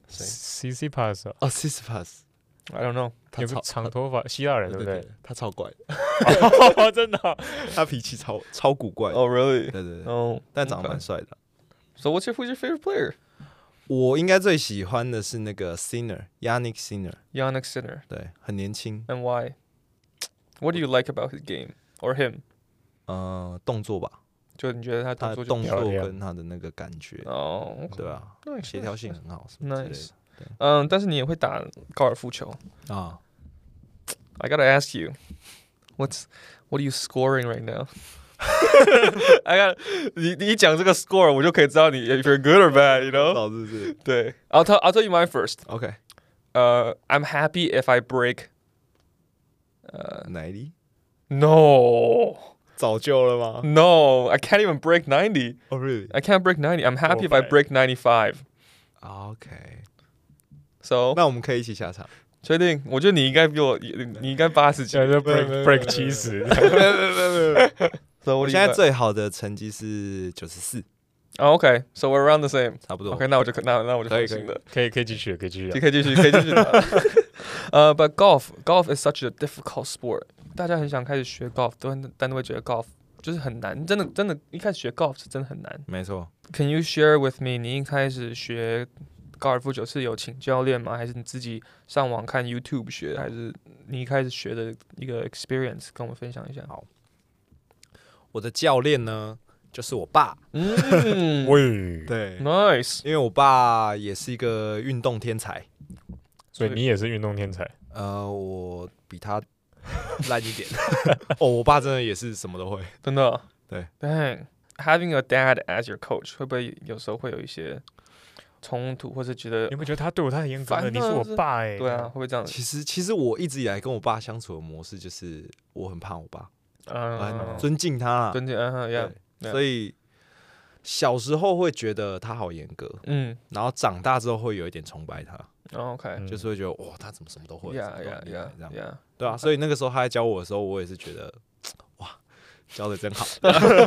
Speaker 3: 谁
Speaker 2: ？C C Pass，
Speaker 3: 哦 s i s p a s
Speaker 1: don't know。
Speaker 3: 他
Speaker 2: 有个
Speaker 3: 超
Speaker 2: 长头发希腊人对不对？？
Speaker 3: 他超怪的，
Speaker 2: 哦，真的哦。
Speaker 3: 他脾气超超古怪的。
Speaker 1: Oh
Speaker 3: 对 Oh
Speaker 1: really？
Speaker 3: 对对，
Speaker 1: 哦，
Speaker 3: 但长得蛮帅的。
Speaker 1: So what's your who's your favorite player?
Speaker 3: 我应该最喜欢的是那个 Sinner Yannick Sinner，
Speaker 1: Yannick Sinner.
Speaker 3: 对，很年轻，
Speaker 1: And why? What do you like about his game or him?
Speaker 3: 呃，动作吧，他的动
Speaker 1: 就你觉得他动作就
Speaker 3: 作
Speaker 2: 漂亮
Speaker 3: 跟他的那个感觉，
Speaker 1: 哦
Speaker 3: 对啊，
Speaker 1: ，nice，
Speaker 3: 协调性很好什么之类啊
Speaker 1: nice。嗯，但是你也会打高尔夫球。
Speaker 3: 的啊。
Speaker 1: I gotta ask you, what's what are you scoring right now? I got 你你一讲这个 score，我就可以知道你 if you're good or bad, you know?
Speaker 3: 老子是
Speaker 1: 对，I'll tell I'll tell you mine first.
Speaker 3: OK，
Speaker 1: Uh, I'm happy if I break.
Speaker 3: 哪一粒？
Speaker 1: No,
Speaker 3: 早就了吗
Speaker 1: no, I can't even break ninety.
Speaker 3: ？Oh really？OK，
Speaker 1: I can't break ninety. I'm happy if I
Speaker 2: Okay.
Speaker 1: break ninety-five. So
Speaker 3: 那我们可以一起下场。
Speaker 1: 确定？我觉得你应该比我，你你应该八十几。
Speaker 2: 现在就
Speaker 3: 不不
Speaker 2: break
Speaker 3: 不
Speaker 2: break
Speaker 3: 不
Speaker 2: 七十，
Speaker 1: So
Speaker 3: 我
Speaker 1: what do
Speaker 3: 现
Speaker 1: you
Speaker 3: 在
Speaker 1: got?
Speaker 3: 最好的成绩是九十四，
Speaker 1: 哦 OK, so we're around the same.
Speaker 3: 差不多。
Speaker 1: OK，那我就那那我就
Speaker 3: 可以
Speaker 1: 放心
Speaker 3: 可以
Speaker 1: 了。
Speaker 2: 可以可以继续了，可以继续了。
Speaker 1: 可以继续，可以继续打。呃、b u t Uh, golf golf is such a difficult sport. 大家很想开始学 golf，都很但都会觉得 golf 就是很难，真的真的，一开始学 golf 是真的很难。
Speaker 3: 没错，
Speaker 1: Can you share with me？你一开始学高尔夫球是有请教练吗？还是你自己上网看 YouTube 学？还是你一开始学的一个 experience 跟我们分享 一下？
Speaker 3: 好我的教练呢就是我爸。
Speaker 1: 嗯
Speaker 2: 喂，
Speaker 3: 对，
Speaker 1: ，nice。
Speaker 3: 因为我爸也是一个运动天才，
Speaker 2: 所以你也是运动天才，
Speaker 3: 呃，我比他 烂一点。 哦，我爸真的也是什么都会。
Speaker 1: 真的？
Speaker 3: 对
Speaker 1: ，Dang。Having a dad as your coach 会不会有时候会有一些冲突，或是觉得
Speaker 2: 你有没有觉得他对我太严格了？
Speaker 1: 烦
Speaker 2: 你是我
Speaker 1: 啊这
Speaker 2: 爸哎，
Speaker 1: 对啊，会，不会这样子？
Speaker 3: 其实，其实我一直以来跟我爸相处的模式就是我很怕我爸，
Speaker 1: 嗯
Speaker 3: 很，尊敬他啦。
Speaker 1: 尊敬，嗯哼，yeah，
Speaker 3: 啊对，所以小时候会觉得他好严格，
Speaker 1: 嗯
Speaker 3: 然后长大之后会有一点崇拜他，
Speaker 1: 哦，OK，
Speaker 2: 嗯
Speaker 3: 就是会觉得哇，他怎么什么都会，
Speaker 1: 呀
Speaker 3: 什么
Speaker 1: 呀
Speaker 3: 都很厉害
Speaker 1: 呀
Speaker 3: 这样，
Speaker 1: 呀，
Speaker 3: 对啊。所以那个时候他在教我的时候，我也是觉得哇，教的真好，我啊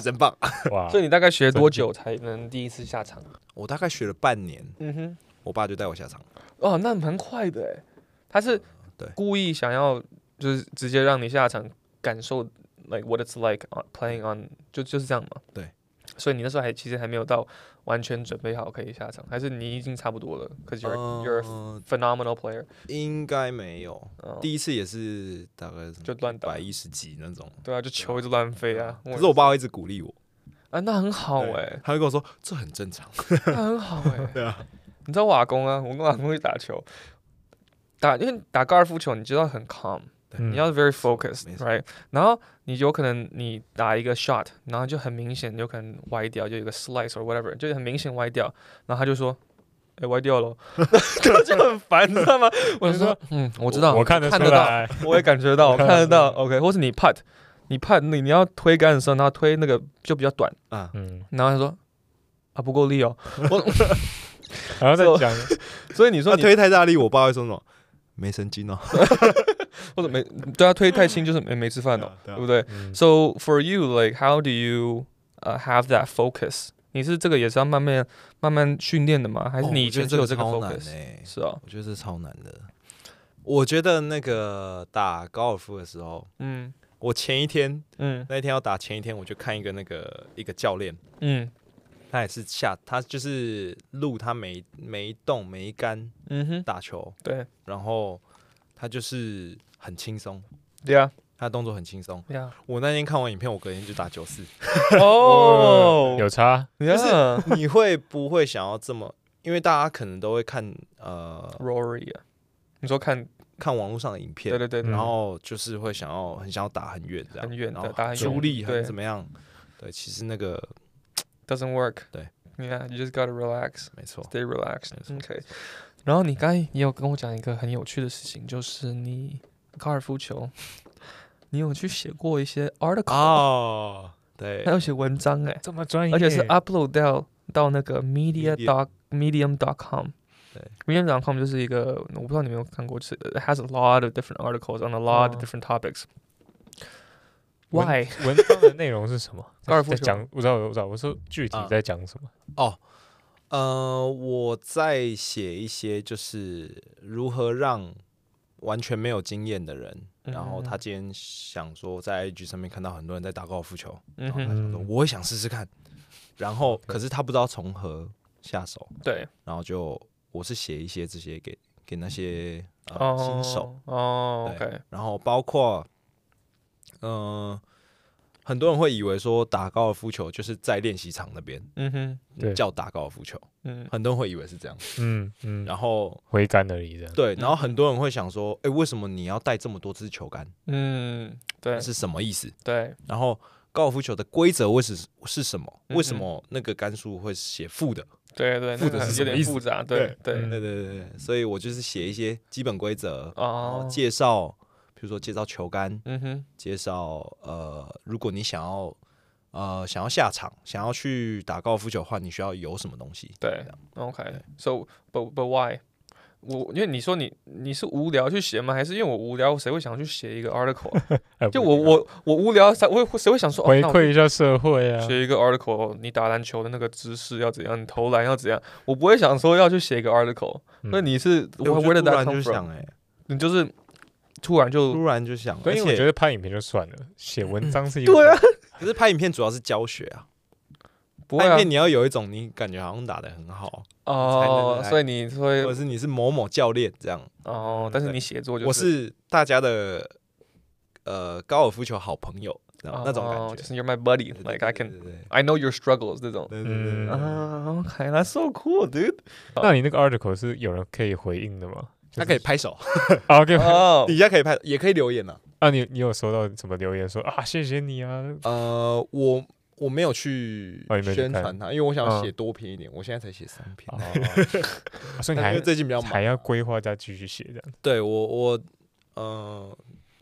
Speaker 1: nice。
Speaker 3: 真棒。
Speaker 2: 哇
Speaker 1: 所，以你大概学多久才能第一次下场？
Speaker 3: 我大概学了半年，
Speaker 1: 嗯哼，
Speaker 3: 我爸就带我下场了。
Speaker 1: 哦，那蛮快的诶。他是
Speaker 3: 哦对
Speaker 1: 故意想要就是直接让你下场感受 like what it's like on playing on，就就是这样嘛。
Speaker 3: 对。
Speaker 1: 所以你那时候还其实还没有到完全准备好可以下场，还是你已经差不多了？Cause you're、you're a
Speaker 3: 呃
Speaker 1: phenomenal player、
Speaker 3: 应该没有，
Speaker 1: 哦。
Speaker 3: 第一次也是大概
Speaker 1: 就乱打
Speaker 3: 百一十几那种。
Speaker 1: 对啊，就球一直乱飞啊。
Speaker 3: 可是我爸会一直鼓励我，
Speaker 1: 啊，那很好
Speaker 3: 对
Speaker 1: 哎、
Speaker 3: 他会跟我说这很 正常。
Speaker 1: 那很好哎、 对啊，你知道我阿公啊，我跟我阿公去打球，打因为打高尔夫球，你知道很 calm，、
Speaker 2: 嗯
Speaker 1: 你要 very
Speaker 3: 没
Speaker 1: focused
Speaker 3: 错
Speaker 1: right，然后你有可能你打一个 shot，然后就很明显有可能歪掉，就有一个 slice or whatever，就是很明显歪掉，然后他就说。哎、歪掉了，他就很烦，你知道吗？我就说，嗯，我知道，
Speaker 2: 我看得
Speaker 1: 看
Speaker 2: 出
Speaker 1: 得到，
Speaker 2: 来，
Speaker 1: 我也感觉到，我
Speaker 2: 我
Speaker 1: 看
Speaker 2: 看
Speaker 1: 得
Speaker 2: 得
Speaker 1: 到。OK，或是你 putt，你 putt，你你要推杆的时候，然后推那个就比较短，
Speaker 3: 啊，
Speaker 2: 嗯，
Speaker 1: 然后他说啊不够力哦，
Speaker 2: 然后再
Speaker 1: 就
Speaker 2: 讲，
Speaker 1: 所以你说
Speaker 3: 他
Speaker 1: 你
Speaker 3: 啊推太大力，我爸会说什么？没神经哦。
Speaker 1: 或者没对啊，推太轻就是没没吃饭哦，
Speaker 3: 对
Speaker 1: 对不对
Speaker 2: 嗯
Speaker 1: ？So for you, like how do you uh, have that focus？你是这个也是要慢慢慢慢训练的吗？还是
Speaker 3: 哦
Speaker 1: 你
Speaker 3: 我
Speaker 1: 以
Speaker 3: 觉得
Speaker 1: 前
Speaker 3: 这
Speaker 1: 就有
Speaker 3: 个
Speaker 1: 这个
Speaker 3: 超难
Speaker 1: focus？、
Speaker 3: 欸
Speaker 1: 是哦，
Speaker 3: 我觉得这超难的。我觉得那个打高尔夫的时候，
Speaker 1: 嗯
Speaker 3: 我前一天
Speaker 1: 嗯
Speaker 3: 那一天要打前一天，我就看一个那个一个教练，
Speaker 1: 嗯
Speaker 3: 他也是下他就是录他每每一洞每一杆
Speaker 1: 嗯哼，
Speaker 3: 打球，
Speaker 1: 对
Speaker 3: 然后他就是很轻松，
Speaker 1: 对啊
Speaker 3: 他的动作很轻松。
Speaker 1: 对啊，
Speaker 3: 我那天看完影片，我隔天就打九四。
Speaker 1: 哦，
Speaker 2: 有差，
Speaker 1: 就是
Speaker 3: 你会不会想要这么？因为大家可能都会看呃
Speaker 1: Rory 啊，你说看
Speaker 3: 看网络上的影片，
Speaker 1: 对对对，
Speaker 2: 嗯
Speaker 3: 然后就是会想要很想要打很远这样，
Speaker 1: 很远的
Speaker 3: 然后
Speaker 1: 打很远
Speaker 3: 出力很
Speaker 1: 对
Speaker 3: 怎么样？对，其实那个
Speaker 1: doesn't work，
Speaker 3: 对
Speaker 1: ，Yeah，you just gotta relax。
Speaker 3: 没错，
Speaker 1: Stay relaxed.
Speaker 3: 没错
Speaker 1: OK。然后你刚才也有跟我讲一个很有趣的事情，就是你高尔夫球， 你有去写过一些 article，、
Speaker 3: 哦，对
Speaker 1: 还，有写文章哎、
Speaker 2: 这么专业，
Speaker 1: 而且是 upload 到到那个 media
Speaker 3: Media
Speaker 1: doc medium dot com。
Speaker 3: 对
Speaker 1: medium dot com 就是一个我不知道你有没有看过，就是 it has a lot of different articles on a lot of
Speaker 2: 哦
Speaker 1: different topics.
Speaker 2: 文
Speaker 1: Why？
Speaker 2: 文章的内容是什么？
Speaker 1: 高尔夫
Speaker 2: 在
Speaker 1: 球
Speaker 2: 讲，我知道，我知道，我说具体
Speaker 3: 啊
Speaker 2: 在讲什么？
Speaker 3: 哦，呃，我在写一些就是如何让完全没有经验的人，
Speaker 1: 嗯
Speaker 3: 然后他今天想说在 IG 上面看到很多人在打高尔夫球，
Speaker 1: 嗯
Speaker 3: 然后他
Speaker 1: 哼，
Speaker 3: 想说我也想试试看，然后可是他不知道从何下手，
Speaker 1: 对，
Speaker 3: 然后就我是写一些这些给给那些呃、
Speaker 1: 哦，
Speaker 3: 新手，
Speaker 1: 哦
Speaker 3: 对
Speaker 1: ，OK，
Speaker 3: 然后包括，嗯，很多人会以为说打高尔夫球就是在练习场那边
Speaker 1: 嗯哼，
Speaker 2: 对
Speaker 3: 叫打高尔夫球，
Speaker 1: 嗯，
Speaker 3: 很多人会以为是这样。
Speaker 2: 嗯
Speaker 1: 啊
Speaker 2: 嗯，
Speaker 3: 然后
Speaker 2: 回甘而已这样。
Speaker 3: 对，然后
Speaker 1: 嗯
Speaker 3: 很多人会想说，哎、为什么你要带这么多支球杆？
Speaker 1: 嗯，对
Speaker 3: 那，是什么意思？
Speaker 1: 对，
Speaker 3: 然后高尔夫球的规则为是是什么？
Speaker 1: 嗯
Speaker 3: 为什么那个杆数会写负的？
Speaker 1: 对对，那
Speaker 3: 负责
Speaker 1: 个
Speaker 3: 是
Speaker 1: 有
Speaker 3: 什么
Speaker 1: 点
Speaker 3: 意思
Speaker 1: 复杂，对对
Speaker 2: 嗯，
Speaker 3: 对对对对，所以我就是写一些基本规则，然后
Speaker 1: 哦，
Speaker 3: 介绍，比如说介绍球杆，
Speaker 1: 嗯哼，
Speaker 3: 介绍呃，如果你想要呃想要下场，想要去打高尔夫球的话，你需要有什么东西？
Speaker 1: 对
Speaker 3: 这样
Speaker 1: ，OK
Speaker 3: 对。
Speaker 1: So but but why？我因为你说你你是无聊去写吗？还是因为我无聊，谁会想去写一个 article？啊
Speaker 2: 哎
Speaker 1: 就
Speaker 2: 不
Speaker 1: 我我我无聊，谁会谁会想说哦
Speaker 2: 回
Speaker 1: 那我
Speaker 2: 馈一下社会啊，
Speaker 1: 写一个 article，你打篮球的那个姿势要怎样，你投篮要怎样？我不会想说要去写一个 article。
Speaker 2: 嗯
Speaker 1: 那你是
Speaker 3: 哎我
Speaker 1: where where
Speaker 3: 就
Speaker 1: did
Speaker 3: 突
Speaker 1: that
Speaker 3: 然
Speaker 1: come
Speaker 3: 就
Speaker 1: from？
Speaker 3: 想，哎，
Speaker 1: 你就是突然就
Speaker 3: 突然就想，
Speaker 2: 对，
Speaker 3: 而
Speaker 2: 因为我觉
Speaker 3: 且
Speaker 2: 得拍影片就算了，写文章是一个
Speaker 1: 对啊，
Speaker 3: 可是拍影片主要是教学啊，
Speaker 1: 不会
Speaker 3: 拍影
Speaker 1: 啊
Speaker 3: 片你要有一种你感觉好像打得很好，
Speaker 1: 哦，
Speaker 3: 才能
Speaker 1: 所以你
Speaker 3: 或者
Speaker 1: 会
Speaker 3: 啊是你是某某教练这样，
Speaker 1: 哦，但是
Speaker 3: 对
Speaker 1: 你写作就
Speaker 3: 我是大家的呃高尔夫球好朋友，这样那种
Speaker 1: 哦
Speaker 3: 感
Speaker 1: 就
Speaker 3: 觉
Speaker 1: 是 you're my buddy，like I can。I know your struggles 这种。
Speaker 3: 对对对对
Speaker 2: 嗯
Speaker 3: 对，
Speaker 1: 啊、o k Oh, that's so cool, dude.
Speaker 2: 那你那个 article 是有人可以回应的吗？
Speaker 3: 他可以拍手，
Speaker 2: 啊，可以
Speaker 1: 哦、
Speaker 3: 底下可以拍，也可以留言啊。
Speaker 2: 啊，你你有收到什么留言说啊，谢谢你啊？
Speaker 3: 呃，我我没有去
Speaker 2: 哦你没有去
Speaker 3: 宣
Speaker 2: 看
Speaker 3: 传它，因为我想
Speaker 2: 嗯
Speaker 3: 写多篇一点，我现在才写三篇
Speaker 2: 哦，，啊所以你
Speaker 3: 但因为
Speaker 2: 还
Speaker 3: 最近比较
Speaker 2: 还
Speaker 3: 忙。
Speaker 2: 要规划再继续写这样？
Speaker 3: 对我我呃，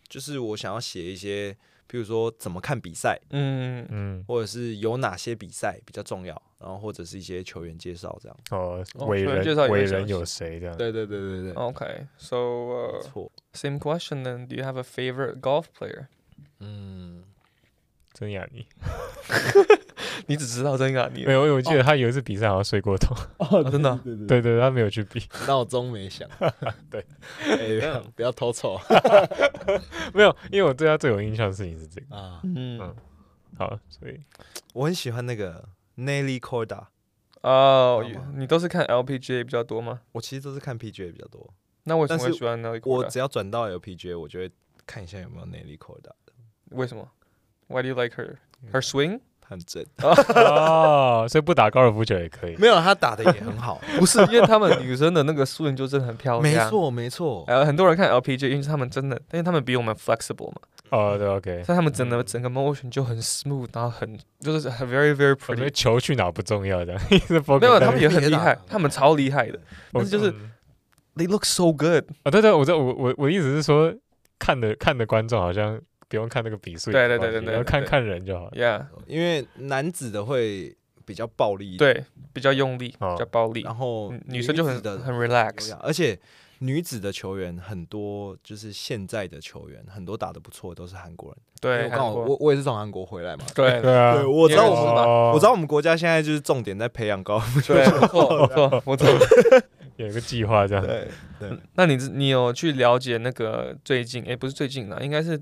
Speaker 3: 就是我想要写一些，比如说怎么看比赛，
Speaker 1: 嗯，
Speaker 2: 嗯，
Speaker 3: 或者是有哪些比赛比较重要，然后或者是一些球员介绍这样。
Speaker 2: 哦，
Speaker 1: 哦
Speaker 2: 伟
Speaker 1: 突然介绍
Speaker 2: 人
Speaker 1: 有
Speaker 2: 伟
Speaker 1: 人想
Speaker 2: 人有谁这样？
Speaker 3: 对对对对对，
Speaker 1: Okay,
Speaker 3: 哦没
Speaker 1: so、uh,
Speaker 3: 错，
Speaker 1: same question then. Do you have a favorite golf player?
Speaker 3: 嗯，
Speaker 2: 真雅尼
Speaker 1: 你只知道真雅你
Speaker 2: 没有，我记得他有一次比赛好像睡过头，
Speaker 1: 哦，真的啊、
Speaker 3: 对对
Speaker 2: 对对，他没有去比，
Speaker 3: 闹钟没响，
Speaker 2: 对
Speaker 3: 哎，不要不要偷凑
Speaker 2: 没有，因为我对他最有印象的事情是这个。
Speaker 3: 啊！
Speaker 1: 嗯
Speaker 2: 嗯，好，所以
Speaker 3: 我很喜欢那个 Nelly Corda，
Speaker 1: 哦、
Speaker 3: 知道吗
Speaker 1: Oh, 你都是看 LPGA 比较多吗？
Speaker 3: 我其实都是看 PGA 比较多，
Speaker 1: 那为什么
Speaker 3: 但
Speaker 1: 会
Speaker 3: 是
Speaker 1: 喜欢 Nelly
Speaker 3: 我
Speaker 1: Korda？
Speaker 3: 只要转到 LPGA，我就会看一下有没有 Nelly Corda，
Speaker 1: 为什么？Why do you like her? Her swing?
Speaker 3: 他很正，
Speaker 2: 哦，所以不打高尔夫球也可 以。
Speaker 3: 没有他打的也很 好，
Speaker 1: 不是，因为他们女生的那个 swing 就真的很漂
Speaker 3: 没
Speaker 1: 亮。。
Speaker 3: 错没错，
Speaker 1: 呃，很多人看 LPGA，因为他们真的，因为他们比我们 flexible 嘛，
Speaker 2: 哦，对，OK，
Speaker 1: 所以他们整个整个 motion 就很 smooth，然后很就是很 very very
Speaker 2: 我
Speaker 1: pretty
Speaker 2: 觉。得球去哪不重要的， 一直 focus
Speaker 1: 没有，
Speaker 2: 在
Speaker 1: 他们也很厉害
Speaker 3: 别打，
Speaker 1: 他们超厉害的。
Speaker 2: 我
Speaker 1: 但是就是
Speaker 2: 嗯
Speaker 1: They look so good。
Speaker 2: 啊，对对，我知道，我我我的意思是说，看的看的观众好像不用看那个比数也
Speaker 1: 对
Speaker 2: 没
Speaker 1: 对对
Speaker 2: 关系
Speaker 1: 对对
Speaker 2: 要
Speaker 1: 对
Speaker 2: 看
Speaker 1: 对
Speaker 2: 看人就好了。
Speaker 1: Yeah，
Speaker 3: 因为男子的会比较暴力一点，
Speaker 1: 对，比较用力，
Speaker 2: 哦
Speaker 1: 比较暴力
Speaker 3: 然。后
Speaker 1: 嗯女生就很
Speaker 3: 子的
Speaker 1: 很
Speaker 3: 优
Speaker 1: relax
Speaker 3: 雅。而且女子的球员很多，就是现在的球员很多打的不错，都是韩国人。因
Speaker 1: 对，
Speaker 3: 为我刚好
Speaker 1: 韩
Speaker 3: 我
Speaker 1: 国。
Speaker 3: 我也是从韩国回来嘛。
Speaker 1: 对
Speaker 2: 对啊，
Speaker 3: 对，我知道
Speaker 1: 也
Speaker 3: 我
Speaker 1: 是
Speaker 3: 们
Speaker 1: 吧
Speaker 2: 哦
Speaker 3: 我知道我们国家现在就是重点在培养高尔夫球。
Speaker 1: 对，不错不错不错。
Speaker 2: 有一个计划这样。
Speaker 3: 对对，
Speaker 1: 那你你有去了解那个最近？哎，不是最近啦，应该是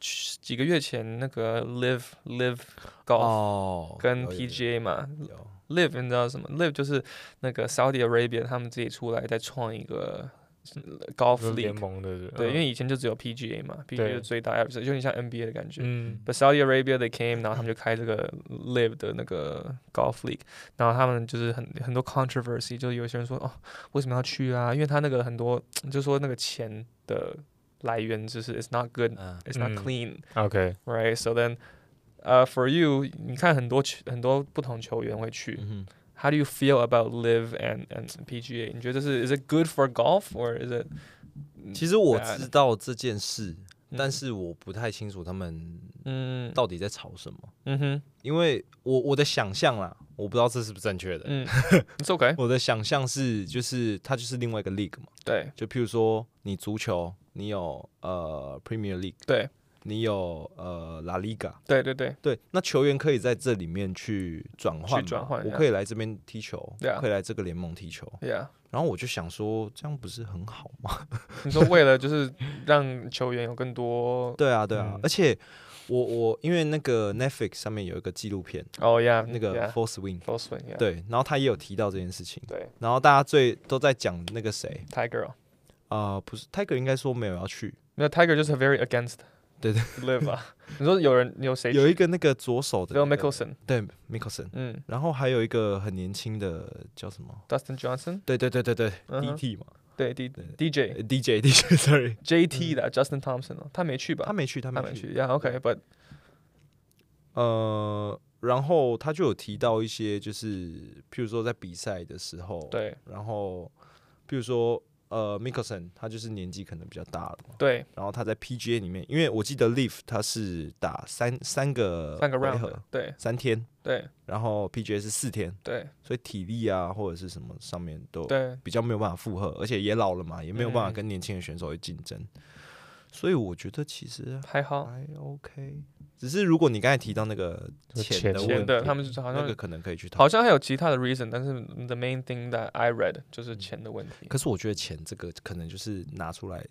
Speaker 1: 去几个月前那个 Live Live Golf
Speaker 3: 哦
Speaker 1: 跟
Speaker 3: 有有有
Speaker 1: PGA 嘛
Speaker 3: 有
Speaker 1: ，Live 你知道什么？Live 就是那个 Saudi Arabia 他们自己出来再创一个呃 golf
Speaker 2: 就是联
Speaker 1: league。
Speaker 2: 盟的
Speaker 1: 对，因为以前就只有 PGA 嘛，PGA 就最大 app，就有点像 NBA 的感觉。
Speaker 2: 嗯
Speaker 1: But Saudi Arabia they came，然后他们就开这个 Live 的那个 Golf League，然后他们就是很很多 controversy，就是有些人说哦，为什么要去啊？因为他那个很多就说那个钱的来源就是 it's not good，it's
Speaker 3: 嗯
Speaker 1: not
Speaker 2: 嗯
Speaker 1: clean，right？So、
Speaker 2: ，OK，
Speaker 1: then，呃、for you，你看很多球很多不同球员会去。
Speaker 3: 嗯哼
Speaker 1: How do you feel about Live and and PGA？你觉得这是 is it good for golf or is it？
Speaker 3: 其实我
Speaker 1: 对啊
Speaker 3: 知道这件事，
Speaker 1: 嗯
Speaker 3: 但是我不太清楚他们
Speaker 1: 嗯
Speaker 3: 到底在吵什么，
Speaker 1: 嗯哼
Speaker 3: 因为我我的想象啦，我不知道这是不是正 确的。
Speaker 1: 嗯，it's okay，
Speaker 3: 我的想象是，就是它就是另外一个 league 嘛，
Speaker 1: 对
Speaker 3: 就譬如说你足球，你有呃 Premier League，
Speaker 1: 对
Speaker 3: 你有呃 La Liga，
Speaker 1: 对对对，
Speaker 3: 对，那球员可以在这里面去转换嘛，
Speaker 1: 去转换
Speaker 3: 我
Speaker 1: 呀
Speaker 3: 可以来这边踢球，
Speaker 1: 对啊
Speaker 3: 我可以来这个联盟踢球，
Speaker 1: Yeah，
Speaker 3: 然后我就想说，这样不是很好吗？
Speaker 1: 你说为了就是让球员有更多
Speaker 3: 对啊，对啊，
Speaker 2: 嗯
Speaker 3: 而且我我因为那个 Netflix 上面有一个纪录片，
Speaker 1: 哦呀
Speaker 3: 那个 Full Swing，
Speaker 1: f o r s w i n
Speaker 3: 对，然后他也有提到这件事情，
Speaker 1: 对
Speaker 3: 然后大家最都在讲那个谁
Speaker 1: Tiger 哦
Speaker 3: 啊、呃不是 Tiger 应该说没有要去，
Speaker 1: 没有 Tiger 就是 very against
Speaker 3: 对对
Speaker 1: live 啊。 你说有人有谁
Speaker 3: 有一个那个左手的
Speaker 1: l
Speaker 3: l
Speaker 1: Mickelson，
Speaker 3: 对 Mickelson，
Speaker 1: 嗯
Speaker 3: 然后还有一个很年轻的叫什么？
Speaker 1: ，Dustin Johnson，
Speaker 3: 对对对对对、
Speaker 1: 嗯哼
Speaker 3: DT 嘛
Speaker 1: 对 D
Speaker 3: 对
Speaker 1: DJ
Speaker 3: 呃 ，DJ DJ，sorry，
Speaker 1: JT 的 Justin Thompson 哦，他没去
Speaker 3: 他
Speaker 1: 吧？
Speaker 3: 没去，他
Speaker 1: 他
Speaker 3: 没
Speaker 1: 没
Speaker 3: 去，
Speaker 1: 去，Yeah OK，but
Speaker 3: 呃，然后他就有提到一些，就是譬如说在比赛的时候，，
Speaker 1: 对
Speaker 3: 然后譬如说呃 Mickelson 他就是年纪可能比较大了嘛，
Speaker 1: 对
Speaker 3: 然后他在 PGA 里面，因为我记得 Leaf 他是打三三个
Speaker 1: 三个
Speaker 3: 回
Speaker 1: round，
Speaker 3: 合
Speaker 1: 对
Speaker 3: 三天，
Speaker 1: 对
Speaker 3: 然后 PGA 是四天，
Speaker 1: 对
Speaker 3: 所以体力啊或者是什么上面都
Speaker 1: 对，
Speaker 3: 比较没有办法负荷，而且也老了嘛，也没有办法
Speaker 1: 嗯
Speaker 3: 跟年轻的选手去竞争，所以我觉得其实
Speaker 1: 还好
Speaker 3: 还 OK。只是如果你刚才提到那个
Speaker 2: 就
Speaker 3: 钱的
Speaker 2: 钱
Speaker 3: 问
Speaker 1: 钱
Speaker 3: 题，
Speaker 1: 的，他们就是好
Speaker 3: 那
Speaker 1: 像
Speaker 3: 个可能可以去讨
Speaker 1: 好
Speaker 3: 论。
Speaker 1: 像还有其他的 reason，但是 the main thing that I read 就是钱的问题。
Speaker 3: 可是我觉得钱这个可能就是拿出来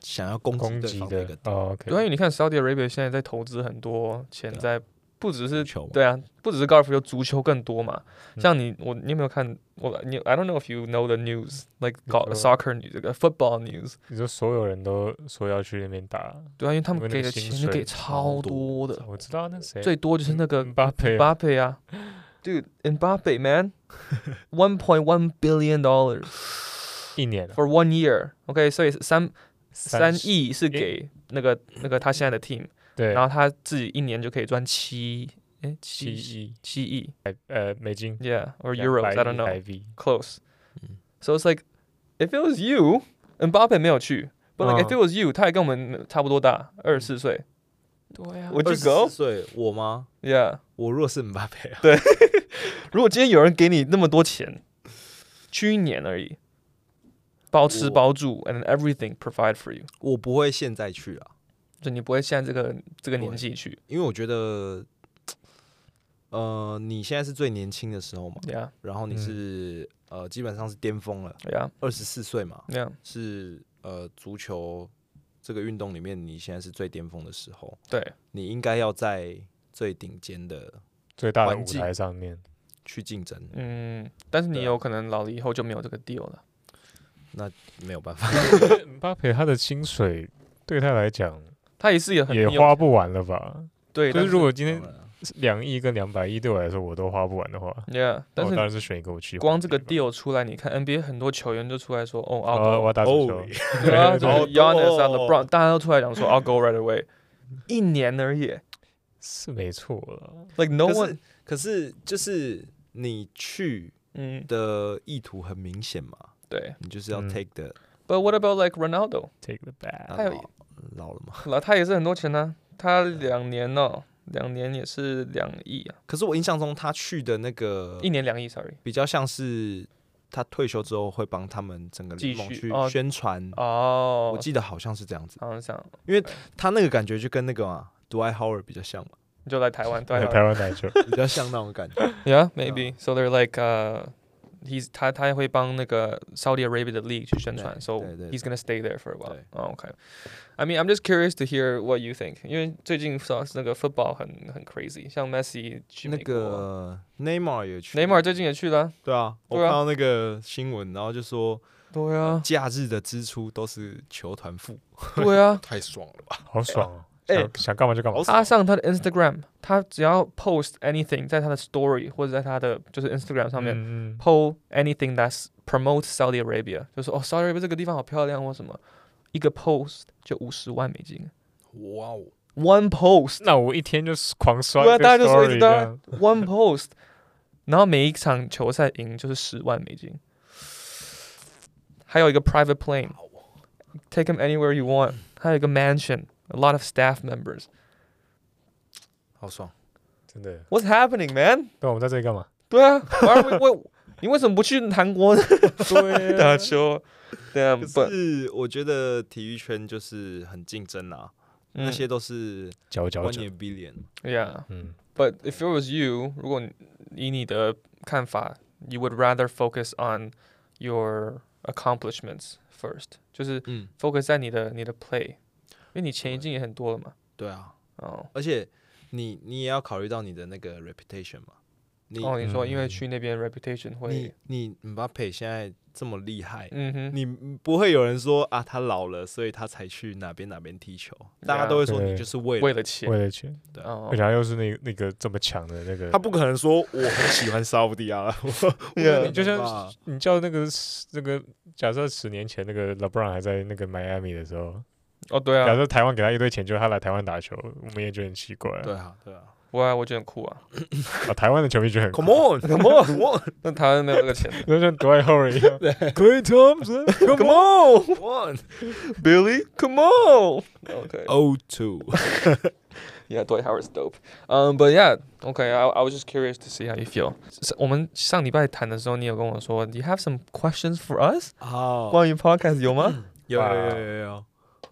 Speaker 3: 想要攻击
Speaker 2: 攻
Speaker 3: 对
Speaker 2: 击
Speaker 3: 方一个
Speaker 2: 的哦，OK，
Speaker 1: 对，因为你看 Saudi Arabia 现在在投资很多钱
Speaker 3: 对啊
Speaker 1: 在，不只是
Speaker 3: 球嘛，
Speaker 1: 对啊，不只是高尔夫球，足球更多嘛。
Speaker 2: 嗯
Speaker 1: 像你，我你有没有看我？你 I don't know if you know the news like
Speaker 2: 你说
Speaker 1: go- soccer news, like, football news。
Speaker 2: 你说所有人都说要去那边打，
Speaker 1: 对啊，因为他们
Speaker 2: 因
Speaker 1: 给
Speaker 2: 为那个
Speaker 1: 的
Speaker 2: 薪
Speaker 1: 钱就给
Speaker 2: 水
Speaker 1: 超
Speaker 3: 超
Speaker 1: 多
Speaker 3: 多
Speaker 1: 的，
Speaker 2: 我知道那谁啊
Speaker 1: 最多就是那个
Speaker 2: 巴佩
Speaker 1: Mbappe 啊，Dude Mbappe man, one point one billion dollars
Speaker 2: 一年啊
Speaker 1: for one year. OK，所以三三
Speaker 2: 30
Speaker 1: 亿是给那个那个他现在的 team，
Speaker 2: 对
Speaker 1: 然，后他自己一年就可以赚七诶
Speaker 2: 七
Speaker 1: 七
Speaker 2: 亿
Speaker 1: 七亿
Speaker 2: 呃美金
Speaker 1: ，Yeah or
Speaker 2: 两
Speaker 1: euros
Speaker 2: 百
Speaker 1: I don't
Speaker 2: 亿
Speaker 1: know
Speaker 2: 台币
Speaker 1: close.
Speaker 3: Mm.
Speaker 1: So it's like if it was you, Mbappe 没有去，but like if it was you，他也跟我们差不多大，二十四岁。
Speaker 2: 对呀
Speaker 1: 我
Speaker 3: 二
Speaker 1: 就
Speaker 3: 十四
Speaker 1: go
Speaker 3: 岁，我吗？
Speaker 1: Yeah，
Speaker 3: 我若是姆巴佩啊，
Speaker 1: 如果今天有人给你那么多钱，去一年而已，包吃
Speaker 3: 我
Speaker 1: 包住，and everything provide for you，
Speaker 3: 我不会现在去啊，
Speaker 1: 就你不会现在这个这个
Speaker 3: 不
Speaker 1: 年
Speaker 3: 会
Speaker 1: 纪去。
Speaker 3: 因为我觉得，呃，你现在是最年轻的时候嘛，
Speaker 1: Yeah，
Speaker 3: 然后你
Speaker 2: 嗯
Speaker 3: 是、呃基本上是巅峰了，
Speaker 1: yeah，
Speaker 3: 二十四岁嘛，
Speaker 1: yeah，
Speaker 3: 是呃足球这个运动里面你现在是最巅峰的时候，
Speaker 1: 对
Speaker 3: 你应该要在最顶尖的
Speaker 2: 最大的
Speaker 3: 环
Speaker 2: 舞
Speaker 3: 境
Speaker 2: 台上面，
Speaker 3: 去竞争，
Speaker 1: 嗯，但是你
Speaker 3: 对啊
Speaker 1: 有可能老了以后就没有这个 deal 了。
Speaker 3: 没有办法。
Speaker 2: 巴佩他的薪水对他来讲
Speaker 1: 他也是也很
Speaker 2: 也
Speaker 1: 有
Speaker 2: 花不完了吧？
Speaker 1: 对，
Speaker 2: 就
Speaker 1: 但
Speaker 2: 是如果今天
Speaker 3: 当然啊
Speaker 2: 两亿跟两百亿对我来说我都花不完的话，
Speaker 1: yeah，但
Speaker 2: 我
Speaker 1: 是
Speaker 2: 哦当然是选一个我去。
Speaker 1: 光这个 deal 出来，你看 NBA 很多球员就出来说，哦，I'll
Speaker 2: 哦，我
Speaker 1: go，
Speaker 2: 要打足球，
Speaker 1: 对啊，就
Speaker 3: 好
Speaker 1: 是
Speaker 3: 多
Speaker 1: Giannis 啊
Speaker 3: 哦
Speaker 1: LeBron，大家都出来讲说 I'll go right away，一年而已
Speaker 2: 是没错了。
Speaker 1: ，like no
Speaker 3: 可
Speaker 1: one，
Speaker 3: 是可是就是你去
Speaker 1: 嗯，
Speaker 3: 的意图很明显嘛，
Speaker 1: 对。
Speaker 3: 你就是要
Speaker 2: 嗯
Speaker 3: take 的、
Speaker 1: But what about like Ronaldo？
Speaker 2: Take the back，
Speaker 1: 还有
Speaker 3: 老老了嘛。
Speaker 1: 老他也是很多钱呢、他两年哦，两年也是两亿啊，
Speaker 3: 可是我印象中他去的那个
Speaker 1: 一年两亿，sorry。
Speaker 3: 比较像是他退休之后会帮他们整个联盟
Speaker 1: 继续
Speaker 3: 去
Speaker 1: 哦
Speaker 3: 宣传，
Speaker 1: 哦，
Speaker 3: 我记得好像是这样子。
Speaker 1: 好像想
Speaker 3: 他那个感觉就跟那个嘛 d w i g h Howard 比较像嘛，
Speaker 1: 你就来台湾， 对啊
Speaker 2: 在台湾打球，
Speaker 3: 比较像那种感觉。
Speaker 1: ，Yeah maybe。So they're like uh he's 他他会帮那个 uh, Saudi Arabia 的 league 去宣传
Speaker 3: 对
Speaker 1: ，so
Speaker 3: 对对
Speaker 1: he's gonna stay there for a while
Speaker 3: 对。
Speaker 1: o k I mean I'm just curious to hear what you think，因为最近 so- 那个 football 很很 crazy，像 Messi 去
Speaker 3: 那
Speaker 1: 美国啊
Speaker 3: 个 Neymar 也去
Speaker 1: Neymar 最近也去了啊，
Speaker 3: 对啊，我
Speaker 1: 对啊
Speaker 3: 看到那个新闻，然后就说
Speaker 1: 对啊，
Speaker 3: 假日的支出都是球团付，
Speaker 1: 对啊，
Speaker 3: 太爽了吧？
Speaker 2: 好爽哦！
Speaker 3: 哎
Speaker 2: 想想干嘛就干嘛
Speaker 3: 好。
Speaker 1: 他上他的 Instagram，他只要 post anything 在他的 story 或者在他的就是 Instagram 上面、
Speaker 2: 嗯，嗯
Speaker 1: po anything that promotes Saudi Arabia，就说哦 Saudi Arabia 这个地方好漂亮或什么，一个 post 就五十万美金
Speaker 3: 哇哦！
Speaker 1: ，one post，
Speaker 2: 那我一天就是狂刷一
Speaker 1: 对啊，
Speaker 2: 个 story 这
Speaker 1: 大家就
Speaker 2: 样，
Speaker 1: 说一直在 one post，然后每一场球赛赢就是十万美金，还有一个 private plane，take him anywhere you want，还有一个 mansion，a lot of staff members。
Speaker 3: 好爽！
Speaker 2: 真的。
Speaker 1: What's happening, man？
Speaker 2: 那我们在这里干嘛？
Speaker 1: 对啊，Why are we, why, 你为什么不去韩国
Speaker 2: 对
Speaker 1: 打球？对啊，
Speaker 3: 可
Speaker 1: 不，
Speaker 3: 是我觉得体育圈就是很竞争啦，那
Speaker 1: 嗯
Speaker 3: 些都是
Speaker 2: 佼佼
Speaker 3: one
Speaker 2: 者，
Speaker 3: year billion。
Speaker 1: ，Yeah。
Speaker 2: 嗯，
Speaker 1: But if it was you，如果你以你的看法，you would rather focus on your accomplishments first，就是
Speaker 3: 嗯，
Speaker 1: focus 在你的你的 play，因为你前一进也很多了嘛。
Speaker 3: 对啊，
Speaker 1: 哦
Speaker 3: 而且你你也要考虑到你的那个 reputation 嘛，你、
Speaker 1: 哦，你说因为
Speaker 2: 嗯
Speaker 1: 去那边 reputation
Speaker 3: 你
Speaker 1: 会，
Speaker 3: 你 Mbappe 现在这么厉害，
Speaker 1: 嗯哼，
Speaker 3: 你不会有人说啊他老了，所以他才去哪边哪边踢球，大家都会说你就是为了
Speaker 1: 为了钱，
Speaker 2: 为了钱，
Speaker 1: 哦
Speaker 2: 而，且他又是那那个这么强的那个，
Speaker 3: 他不可能说我很喜欢沙乌地阿拉伯，
Speaker 2: 你就像你叫那个那个，假设十年前那个 LeBron 还在那个 Miami 的时候，
Speaker 1: 哦对
Speaker 2: 假
Speaker 1: 啊，
Speaker 2: 设台湾给他一堆钱，就他来台湾打球，我们也觉得很奇怪啊。
Speaker 3: 对啊对啊
Speaker 1: 不过我觉得很酷啊。
Speaker 2: 啊，台湾的球迷觉得很
Speaker 3: ，Come on，Come on，Come
Speaker 1: 那台湾没有这个钱 的
Speaker 2: 就像 Dwight Howard 一样，Clay Thompson，
Speaker 3: on，Come on，One，O
Speaker 1: ，Billy，come on，OK，
Speaker 3: Oh two，
Speaker 1: Yeah, Dwight Howard's dope. Um, but yeah, okay. I, I was just curious to see how you feel. S- 我们上礼拜谈的时候，你有跟我说，Do you have some questions for us？
Speaker 3: 好，
Speaker 1: 关于 podcast 有吗
Speaker 3: 有
Speaker 2: 哇
Speaker 3: 有有有有，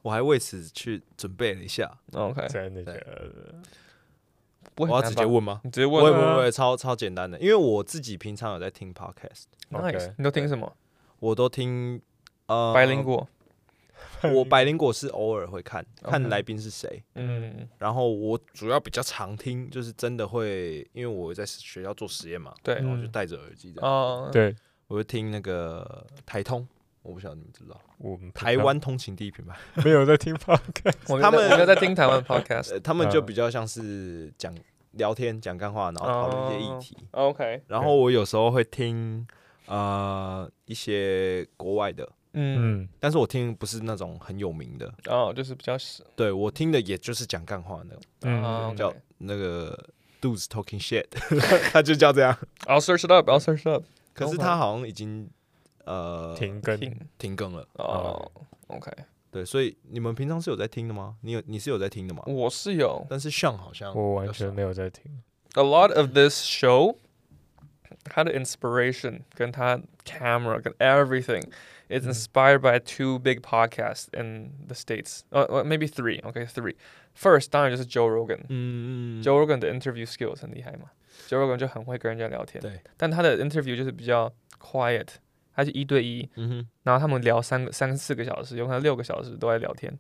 Speaker 3: 我还为此去准备了一下，
Speaker 1: ？OK，
Speaker 2: 真的假的？
Speaker 1: 不
Speaker 3: 我
Speaker 1: 会
Speaker 3: 要
Speaker 1: 很
Speaker 3: 直
Speaker 1: 难
Speaker 3: 接
Speaker 1: 吧，
Speaker 3: 问吗？
Speaker 1: 你直接
Speaker 3: 不会
Speaker 1: 问
Speaker 3: 不
Speaker 1: 啊。
Speaker 3: 会不会，超超简单的，因为我自己平常有在听 podcast，
Speaker 2: OK
Speaker 1: Nice，你都听什么？
Speaker 3: 我都听呃
Speaker 1: 白灵，果。
Speaker 3: 我百灵果是偶尔会看
Speaker 1: OK
Speaker 3: 看来宾是谁，
Speaker 1: 嗯，
Speaker 3: 然后我主要比较常听，就是真的会，因为我在学校做实验嘛，
Speaker 1: 对 Uh,
Speaker 3: 然后就
Speaker 2: 嗯
Speaker 3: 戴着耳机的，
Speaker 1: 哦，
Speaker 2: 对，
Speaker 3: 我会听那个台通，我不晓得你们知不知道，
Speaker 2: 我们
Speaker 3: 台湾通勤第一品牌，
Speaker 2: 没有在听 podcast，
Speaker 1: 我没有在
Speaker 3: 他们
Speaker 1: 我没有在听台湾 podcast。
Speaker 3: 呃他们就
Speaker 2: 嗯
Speaker 3: 比较像是讲聊天、讲干话，然后讨论一些议
Speaker 1: 哦
Speaker 3: 题，
Speaker 1: OK，
Speaker 3: 然后我有时候会听呃一些国外的。
Speaker 1: 嗯，
Speaker 2: 嗯，
Speaker 3: 但是我听不是那种很有名的，
Speaker 1: 哦，Mm. Oh, 就是比较是，
Speaker 3: 对我听的也就是讲干话那种，
Speaker 2: 嗯
Speaker 1: 哦
Speaker 3: 叫
Speaker 1: OK
Speaker 3: 那个 dudes talking shit，他 就叫这 样。
Speaker 1: I'll search it up，I'll search it up。
Speaker 3: 可是
Speaker 1: Go for
Speaker 3: 他好像已经呃
Speaker 2: 停更，
Speaker 1: 听
Speaker 3: 停更了，
Speaker 1: 哦，OK，
Speaker 3: 对，所以你们平常是有在听的吗？你有你是有在听的吗？
Speaker 1: 我是有
Speaker 3: 但是像好像
Speaker 2: 我完
Speaker 3: 比较
Speaker 2: 全
Speaker 3: 少
Speaker 2: 没有在听。
Speaker 1: a lot of this show 它的 inspiration 跟它 camera 跟 everything is
Speaker 2: 嗯。
Speaker 1: inspired by two big podcasts in the states uh, well, maybe three okay three first 当然就是 Joe Rogan、
Speaker 2: Mm-hmm.
Speaker 3: 嗯嗯
Speaker 1: Joe Rogan 的 interview skills 很厉害嘛，Joe Rogan 就很会跟人家聊天，
Speaker 3: 对，
Speaker 1: 但他的 interview 就是比较 quiet，他是一对一，然后他们聊三个三四个小时，有可能六个小时都在聊天，然后就是很
Speaker 3: 嗯哼，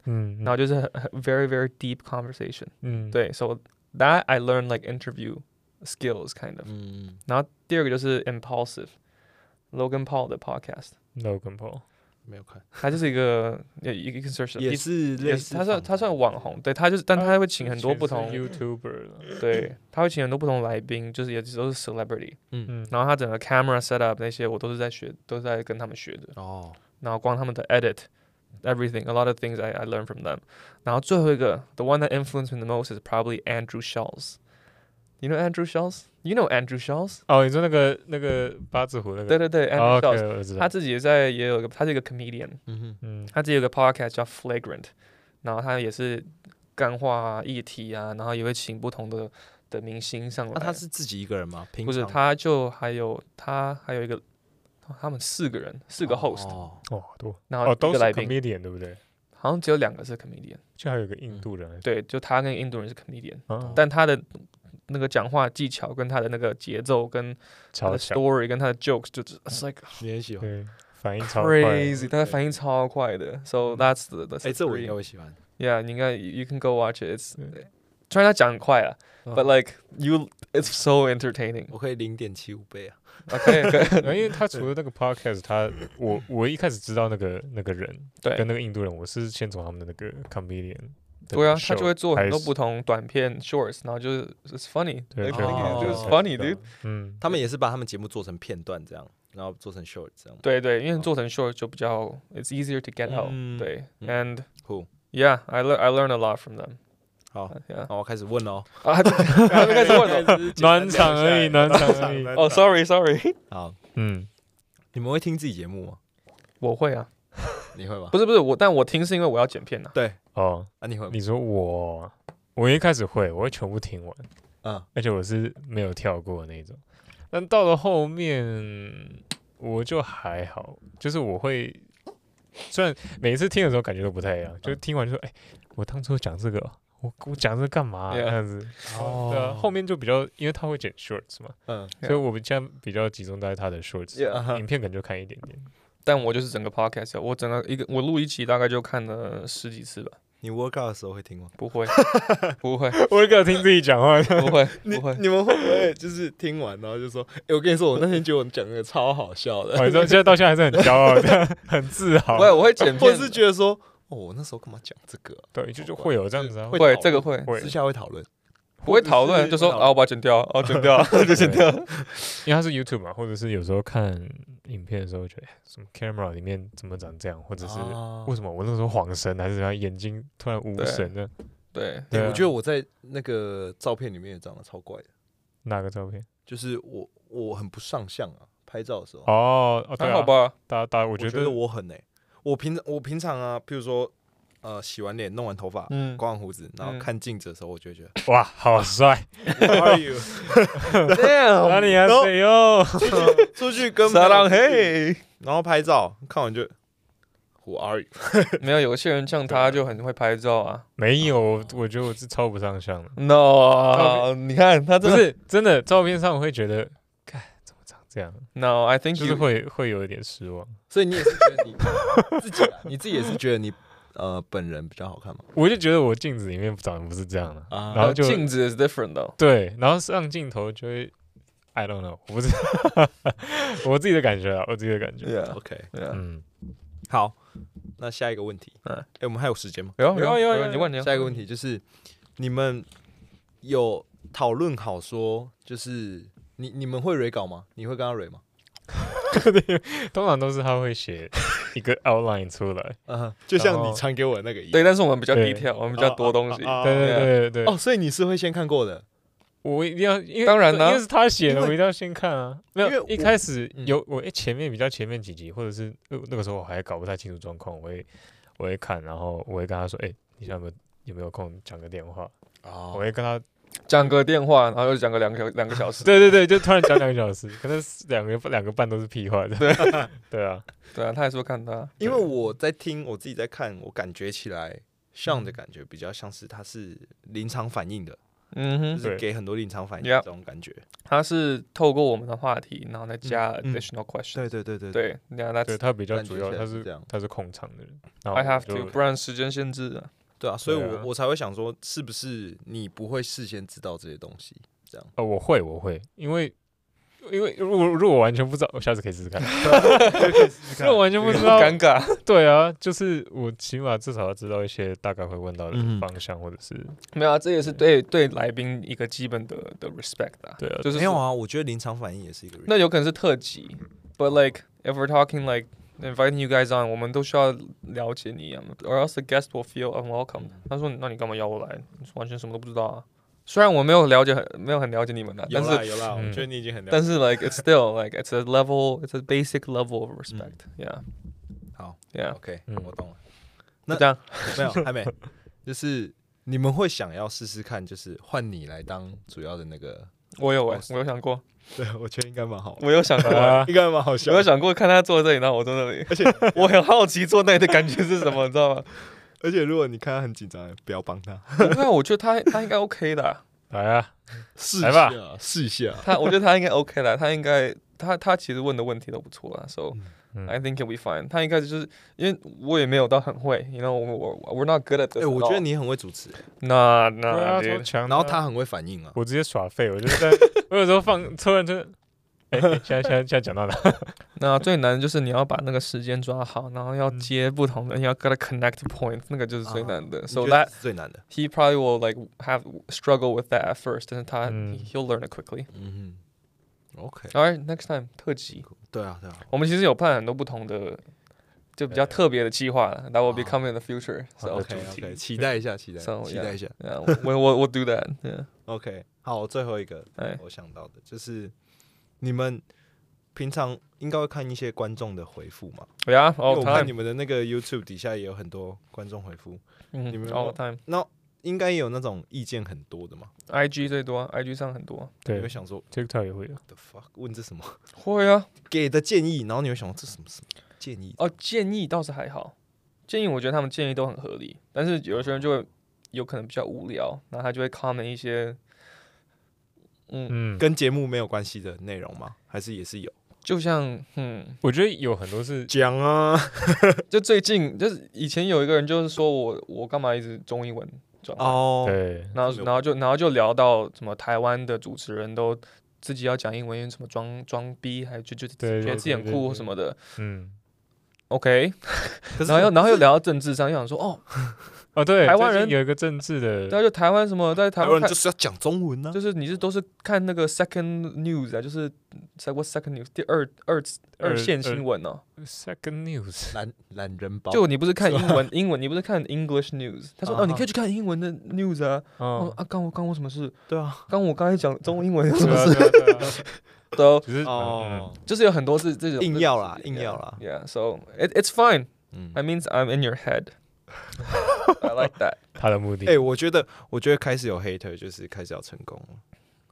Speaker 2: 嗯，嗯
Speaker 1: very very deep conversation、
Speaker 2: 嗯，
Speaker 1: 对，so that I learned like interview skills kind of。
Speaker 3: 嗯，
Speaker 1: 第二个就是 Impulsive Logan Paul 的 podcast，
Speaker 2: ，Logan Paul，
Speaker 3: 没有看，
Speaker 1: 他就是一个也一个 search，
Speaker 3: 也是类
Speaker 1: 也
Speaker 3: 似
Speaker 1: 是他
Speaker 3: 访谈，
Speaker 1: 算他算网红，对他就是，但他会请很多不
Speaker 2: 以
Speaker 1: 同，
Speaker 2: 前是 YouTuber 了，
Speaker 1: 对，他会请很多不同来宾，就是也都是 celebrity，
Speaker 2: 嗯，
Speaker 1: 然后他整个 camera setup 那些我都是在学，都是在跟他们学的，
Speaker 3: 哦，
Speaker 1: 然后光他们的 edit。Everything, a lot of things I, I learned from them. 然后最后一个，the one that influenced me the most is probably Andrew Schulz. You know Andrew Schulz? You know Andrew Schulz?
Speaker 2: 哦，你说那个那个八字胡那
Speaker 1: 对
Speaker 2: 个，
Speaker 1: 对对
Speaker 2: 哦
Speaker 1: ，Andrew
Speaker 2: ，OK，
Speaker 1: Schulz，、
Speaker 2: 我知道
Speaker 1: 他，自己也在也有一个，他是一个 comedian，
Speaker 3: 嗯哼，
Speaker 2: 嗯
Speaker 1: 他自己有个 podcast 叫 Flagrant，然后他也是干话啊、议题啊，然后也会请不同的的明星上来。
Speaker 3: 那啊他是自己一个人吗？平
Speaker 1: 不是？
Speaker 3: 常
Speaker 1: 他就还有他还有一个，他们四个人，四个 host，、
Speaker 3: 哦
Speaker 2: 哦，好多，
Speaker 1: 然后
Speaker 2: 哦，
Speaker 1: 一
Speaker 2: 都
Speaker 1: 个
Speaker 2: 是
Speaker 1: 来宾，
Speaker 2: comedian 对不对？
Speaker 1: 好像只有两个是 comedian。
Speaker 2: 就还有一个印度人，
Speaker 1: 嗯对，就他跟印度人是 comedian，、
Speaker 2: 啊，
Speaker 1: 但他的那个讲话技巧跟他的那个节奏跟他
Speaker 2: 超
Speaker 1: 的
Speaker 2: 强，
Speaker 1: story 跟他的 jokes 就是 it's like
Speaker 3: 你很喜欢，
Speaker 2: 对，反应超快，
Speaker 1: crazy，他的反应超快的。So that's the that's
Speaker 3: 哎，这我应
Speaker 1: three
Speaker 3: 该会喜欢，
Speaker 1: Yeah, 你应该 you can go watch it. It's
Speaker 2: 对
Speaker 1: 虽然它讲很快啊、
Speaker 3: 嗯。
Speaker 1: but like you, it's so entertaining.
Speaker 3: 我可以零点七五倍啊，
Speaker 1: Okay, okay.
Speaker 2: 然后因为他除了那个 podcast，他我我一开始知道那个那个人 跟
Speaker 1: 对
Speaker 2: 那个印度人，我是先从他们的那个 comedian，的
Speaker 1: 对啊，
Speaker 2: show
Speaker 1: 他就会做很多
Speaker 2: 开始
Speaker 1: 不同短片 shorts，然后就是 it's funny，
Speaker 2: 对
Speaker 1: Like,
Speaker 2: 对
Speaker 3: 哦
Speaker 1: it's
Speaker 3: 才
Speaker 1: just funny dude。
Speaker 2: 嗯，
Speaker 3: 他们也是把他们节目做成片段这样，然后做成 short 这样，
Speaker 1: 对对，因为做成 short 就比较 it's easier to get out、
Speaker 3: 嗯
Speaker 1: 对、
Speaker 3: 嗯
Speaker 1: a n d
Speaker 3: Cool
Speaker 1: yeah, I learn I learn a lot from them. Uh,
Speaker 3: 好，
Speaker 1: Yeah，
Speaker 3: 好，我开始问哦 喽。
Speaker 1: 啊，还没开始问了。
Speaker 3: 哦
Speaker 2: 暖场而已，暖场而已，
Speaker 1: 哦、s o r r y Oh, sorry，
Speaker 3: 好，
Speaker 2: 嗯，
Speaker 3: 你们会听自己节目吗？
Speaker 1: 我会啊，
Speaker 3: 你会吗？
Speaker 1: 不是不是我，但我听是因为我要剪片呐、啊。
Speaker 3: 对
Speaker 2: 哦，
Speaker 3: 啊，你会吗？
Speaker 2: 你说我，我一开始会，我会全部听完，
Speaker 3: 嗯，
Speaker 2: 而且我是没有跳过的那种。但到了后面，我就还好，就是我会，虽然每一次听的时候感觉都不太一样，就听完就说，哎、我当初讲这个，我我讲这个干嘛、啊
Speaker 1: Yeah
Speaker 2: 这样子，
Speaker 3: 哦
Speaker 2: 对啊，后面就比较，因为他会剪 shorts 嘛，
Speaker 3: 嗯，
Speaker 2: 所以我们现在比较集中在他的 shorts，、
Speaker 3: Yeah
Speaker 2: 影片可能就看一点点。
Speaker 1: 但我就是整个 podcast，我整个一个我录一集大概就看了十几次吧，
Speaker 3: 你 workout 的时候会听吗？
Speaker 1: 不会，不会，
Speaker 2: 我有听自己讲 话，
Speaker 1: 不会，
Speaker 3: 你
Speaker 1: 不会。
Speaker 3: 你们会不会就是听完然后就说，哎、我跟你说，我那天觉得我讲的超好笑的，
Speaker 2: 我到现在到现在还是很骄傲的， 很自豪
Speaker 1: 不。会，我会剪
Speaker 3: 或
Speaker 1: 片，
Speaker 3: 是觉得说，哦，我那时候干嘛讲这个啊、
Speaker 2: 对，就就会有这样子啊，
Speaker 3: 会
Speaker 1: 会
Speaker 3: 讨
Speaker 1: 这个会
Speaker 2: 会
Speaker 3: 私，下会讨论，
Speaker 1: 不会讨论，
Speaker 3: 是
Speaker 1: 就说
Speaker 3: 会讨
Speaker 1: 啊，我把它剪掉，啊，我剪掉，就剪掉。
Speaker 2: 因为它是 YouTube 嘛，或者是有时候看影片的时候，觉得哎什么 camera 里面怎么长这样，或者是
Speaker 3: 啊
Speaker 2: 为什么我那时候晃神，还是他眼睛突然无
Speaker 1: 对
Speaker 2: 神呢？
Speaker 1: 对，
Speaker 3: 欸
Speaker 2: 对啊
Speaker 3: 我觉得我在那个照片里面也长得超怪的，
Speaker 2: 哪个照片？
Speaker 3: 就是我我很不上相啊，拍照的时候，
Speaker 2: 哦，哦对
Speaker 1: 还
Speaker 2: 啊
Speaker 1: 好，吧，
Speaker 2: 大大，我
Speaker 3: 我
Speaker 2: 觉
Speaker 3: 得
Speaker 2: 得
Speaker 3: 我很哎、我平常我平常啊，譬如说呃洗完脸、弄完头发、
Speaker 1: 嗯，
Speaker 3: 刮完胡子，然
Speaker 1: 嗯
Speaker 3: 后看镜子的时候，我就会 觉得
Speaker 2: 哇，好帅！
Speaker 3: How are you？
Speaker 2: 哪里啊？
Speaker 3: no
Speaker 2: 谁哟？
Speaker 3: 出去跟
Speaker 1: 撒浪
Speaker 3: 朋友出去
Speaker 1: 嘿，
Speaker 3: 然后拍照，看完就 Who are you？
Speaker 1: 没有有些人像他就很会拍照 啊。
Speaker 2: 没有，我我觉得我是超不上相的。
Speaker 1: No，你看他
Speaker 2: 不
Speaker 1: 真的
Speaker 2: 是真的，照片上我会觉得，看怎么长这样，
Speaker 1: No，I think
Speaker 2: 就是
Speaker 1: you
Speaker 2: 会会有一点失望。
Speaker 3: 所以你也是觉得你自己啊，你自己也是觉得你呃本人比较好看吗？
Speaker 2: 我就觉得我镜子里面长得不是这样的，
Speaker 3: 啊
Speaker 2: 然后就
Speaker 1: 呃镜子 is different 的。
Speaker 2: 对，然后上镜头就会，I don't know，我不知道，我自己的感觉啊，我自己的感觉。
Speaker 1: Yeah，
Speaker 3: OK，
Speaker 1: yeah
Speaker 2: 嗯，
Speaker 3: 好，那下一个问题，哎、
Speaker 1: 嗯
Speaker 3: 我们还有时间吗？
Speaker 1: 有
Speaker 2: 有啊有啊有啊
Speaker 1: 你问你
Speaker 3: 下一个问题就是，你们有讨论好说，就是你你们会 re 稿吗？你会跟他 re 吗？
Speaker 2: 通常都是他会写一个 outline 出来，
Speaker 3: 嗯、哼，就
Speaker 2: 然
Speaker 3: 像
Speaker 2: 后
Speaker 3: 你传给我的那个一样。
Speaker 1: 对，但是我们比较
Speaker 2: 对
Speaker 1: detail，我们比较多东西。
Speaker 3: 啊啊啊
Speaker 2: 对对对对对
Speaker 3: 哦，，所以你是会先看过的。
Speaker 2: 我一定要，因为
Speaker 1: 当然啦
Speaker 2: 因为是他写的，
Speaker 3: 因
Speaker 2: 我
Speaker 3: 为
Speaker 2: 一定要先看啊。没
Speaker 3: 因为
Speaker 2: 有，
Speaker 3: 我
Speaker 2: 一开始
Speaker 3: 嗯
Speaker 2: 有我诶前面比较前面几集，或者是那那个时候我还搞不太清楚状况，我会我会看，然后我会跟他说，哎、你现在有没有有没有空讲个电话？我
Speaker 3: 哦，
Speaker 2: 会跟他，
Speaker 1: 讲个电话，然后又讲个两个小两个小时。
Speaker 2: 对对对，就突然讲两个小时， 可能是两个两个半都是屁话的。对 对啊，
Speaker 1: 对啊，他也是会看他。
Speaker 3: 因为我在听，我自己在看，我感觉起来像的感觉比较像是他是临场反应的，
Speaker 1: 嗯
Speaker 3: 就
Speaker 1: 哼，
Speaker 3: 是
Speaker 2: 对
Speaker 3: 给很多临场反应
Speaker 1: Yeah
Speaker 3: 这种感觉。
Speaker 1: 他是透过我们的话题，然后再加
Speaker 3: 嗯
Speaker 1: additional question。
Speaker 3: 对对对对，
Speaker 1: 对，那 h a t
Speaker 2: 对他比较
Speaker 3: 感觉
Speaker 2: 主要，
Speaker 3: 起来
Speaker 2: 他
Speaker 3: 是
Speaker 2: 是
Speaker 3: 这样
Speaker 2: 他是控场的人，然后
Speaker 1: I
Speaker 2: 我
Speaker 1: have
Speaker 2: 就
Speaker 1: to，不然时间限制的。
Speaker 3: 对啊，所以
Speaker 2: 对
Speaker 3: 我
Speaker 2: 啊
Speaker 3: 我才会想说，是不是你不会事先知道这些东 西？
Speaker 2: 呃，我会我会，因为因为如果如果我完全不知道，我下次可以试试看。
Speaker 3: 啊
Speaker 2: 因为我完全不知道，
Speaker 1: 尴尬。
Speaker 2: 对啊，就是我起码至少要知道一些大概会问到的
Speaker 3: 嗯
Speaker 2: 方向，或者是
Speaker 1: 没有啊，这也是对对来宾一个基本的的 respect 啊。
Speaker 2: 对啊
Speaker 1: 就是
Speaker 3: 没有啊，我觉得临场反应也是一个人。
Speaker 1: 那有可能是特辑，but like if we're talking like inviting you guys on，我们都需要了解你啊，or else the guest will feel unwelcome。他说：“那你干嘛邀我来？你完全什么都不知道啊。”虽然我没有了解很没有很了解你们的、
Speaker 3: 有
Speaker 1: 但
Speaker 3: 啦
Speaker 1: 是
Speaker 3: 有啦，我
Speaker 2: 嗯
Speaker 3: 觉得你已经很了解。
Speaker 1: 但是 like it's still like it's a level it's a basic level of respect、yeah
Speaker 3: Mm. 好
Speaker 1: yeah
Speaker 3: ，OK，
Speaker 2: 嗯
Speaker 3: 我懂了。那
Speaker 1: 那这样
Speaker 3: 没有，还没，就是你们会想要试试看，就是换你来当主要的那个。
Speaker 1: 我有哎、
Speaker 3: Awesome
Speaker 1: 我有想过，
Speaker 3: 对，我觉得应该蛮好玩，
Speaker 1: 我有想过、
Speaker 2: 啊，
Speaker 3: 应该蛮好笑
Speaker 1: 我有。想过看他坐这里，然后我坐那里，而且我很好奇坐那里的感觉是什么，你知 道吗？
Speaker 3: 而且如果你看他很紧张，不要帮他，
Speaker 1: 不会啊，我觉得他他应该 OK 的啊、
Speaker 2: 来啊，
Speaker 3: 试一
Speaker 2: 来吧
Speaker 3: 下，试一下。
Speaker 1: 他 我觉得他应该 OK 啦，他应该他他其实问的问题都不错啦，so
Speaker 2: 嗯
Speaker 1: I think it'll be fine。他应该就是因为我也没有到很会，you know，我我我 we're not good at this。
Speaker 3: 哎，我觉得你很会主持，
Speaker 1: 那
Speaker 2: 对啊，
Speaker 1: 那
Speaker 2: 超强
Speaker 3: 然
Speaker 2: 的啊。
Speaker 3: 后他很会反应啊。
Speaker 2: 我直接耍废，我就在，我有时候放突然就，哎，哎现在现在现在讲到哪？
Speaker 1: 那最难的就是你要把那个时间抓好，然后要
Speaker 2: 嗯
Speaker 1: 接不同的，你要 gotta connect point，那个就是最
Speaker 3: 啊
Speaker 1: 难的。
Speaker 3: 我
Speaker 1: So
Speaker 3: 觉得
Speaker 1: that
Speaker 3: 这是最难的。
Speaker 1: he probably will like have struggle with that at first，但是他、
Speaker 2: 嗯
Speaker 1: he'll learn it quickly。
Speaker 3: 嗯哼，OK，
Speaker 1: Alright, next time 特辑，
Speaker 3: 对啊，对啊。
Speaker 1: 我们其实有办很多不同的，就比较特别的计划了，that will be coming in the future。So
Speaker 2: 好的
Speaker 3: OK
Speaker 2: 主
Speaker 3: OK，
Speaker 2: 题
Speaker 3: 期待一下，期待
Speaker 1: So，，
Speaker 3: 期待
Speaker 1: yeah
Speaker 3: 一下。
Speaker 1: Yeah, we'll, we'll, we'll do that. Yeah.
Speaker 3: OK，好，最后一个
Speaker 1: 哎
Speaker 3: 我想到的就是，你们平常应该会看一些观众的回复嘛？
Speaker 1: Yeah,
Speaker 3: 因为
Speaker 1: all
Speaker 3: 我
Speaker 1: the
Speaker 3: 看你
Speaker 1: time.
Speaker 3: 们的那个 YouTube 底下也有很多观众回复，
Speaker 1: 嗯
Speaker 3: 你们有没
Speaker 1: all
Speaker 3: 有
Speaker 1: the time.
Speaker 3: 那应该也有那种意见很多的嘛？
Speaker 1: IG 最多，IG 上很多。啊
Speaker 3: 你
Speaker 2: 对
Speaker 3: 会想说
Speaker 2: ，TikTok 也会有，
Speaker 3: ，the fuck，问这什么？
Speaker 1: 会啊，
Speaker 3: 给的建议，然后你会想说这什么什么建议？
Speaker 1: 哦，建议倒是还好，建议我觉得他们建议都很合理，但是有的时候就会有可能比较无聊，然后他就会 comment 一些，嗯，
Speaker 2: 嗯，
Speaker 3: 跟节目没有关系的内容吗？还是也是有？
Speaker 1: 就像嗯，
Speaker 2: 我觉得有很多是
Speaker 3: 讲啊，
Speaker 1: 就最近就是以前有一个人就是说我我干嘛一直中英文转换
Speaker 3: 哦，
Speaker 2: 对，
Speaker 1: 然后
Speaker 3: 这个
Speaker 1: 然后就然后就聊到什么台湾的主持人都自己要讲英文，因为什么装装逼，还有就就
Speaker 2: 对
Speaker 1: 觉得自己很
Speaker 2: 对对
Speaker 1: 酷
Speaker 2: 对
Speaker 1: 什么的。
Speaker 2: 嗯，
Speaker 1: OK，
Speaker 3: 可是
Speaker 1: 然后又然后又聊到政治上，又想说哦，
Speaker 2: 哦对，
Speaker 1: 台湾
Speaker 2: 最近
Speaker 1: 人
Speaker 2: 有一个政治
Speaker 1: 那
Speaker 2: 的，
Speaker 1: 就台湾什么在台
Speaker 3: 台
Speaker 1: 湾
Speaker 3: 湾
Speaker 1: 看
Speaker 3: 人就是要讲中文呢、啊，
Speaker 1: 就是你是都是看那个 second news 啊，就是 sec- what second news 第二二二
Speaker 2: 二
Speaker 1: 线
Speaker 2: 二
Speaker 1: 新闻哦。
Speaker 2: Second News，
Speaker 3: 懒懒人包
Speaker 1: 就你不是看英文英文，你不是看 English news？他说
Speaker 3: 啊嗯
Speaker 1: 哦，你
Speaker 3: 哈
Speaker 1: 可以去看英文的 news 啊。我说
Speaker 2: 哦，
Speaker 1: 啊，干我干我什么事？
Speaker 3: 对啊，
Speaker 1: 刚我刚才讲中英文 有什
Speaker 2: 对
Speaker 1: 么
Speaker 2: 啊
Speaker 1: 事？
Speaker 2: 对啊对啊
Speaker 1: 都
Speaker 2: 只是
Speaker 3: 哦
Speaker 2: 哦，，
Speaker 1: 就是有很多是这种
Speaker 3: 硬要啦，硬
Speaker 1: yeah，
Speaker 3: 要啦，
Speaker 1: Yeah, so it it's fine.
Speaker 3: 嗯
Speaker 1: I，means I'm in your head. I like that.
Speaker 2: 他的目的
Speaker 3: 哎、，我觉得，我觉得开始有 hater 就是开始要成功了，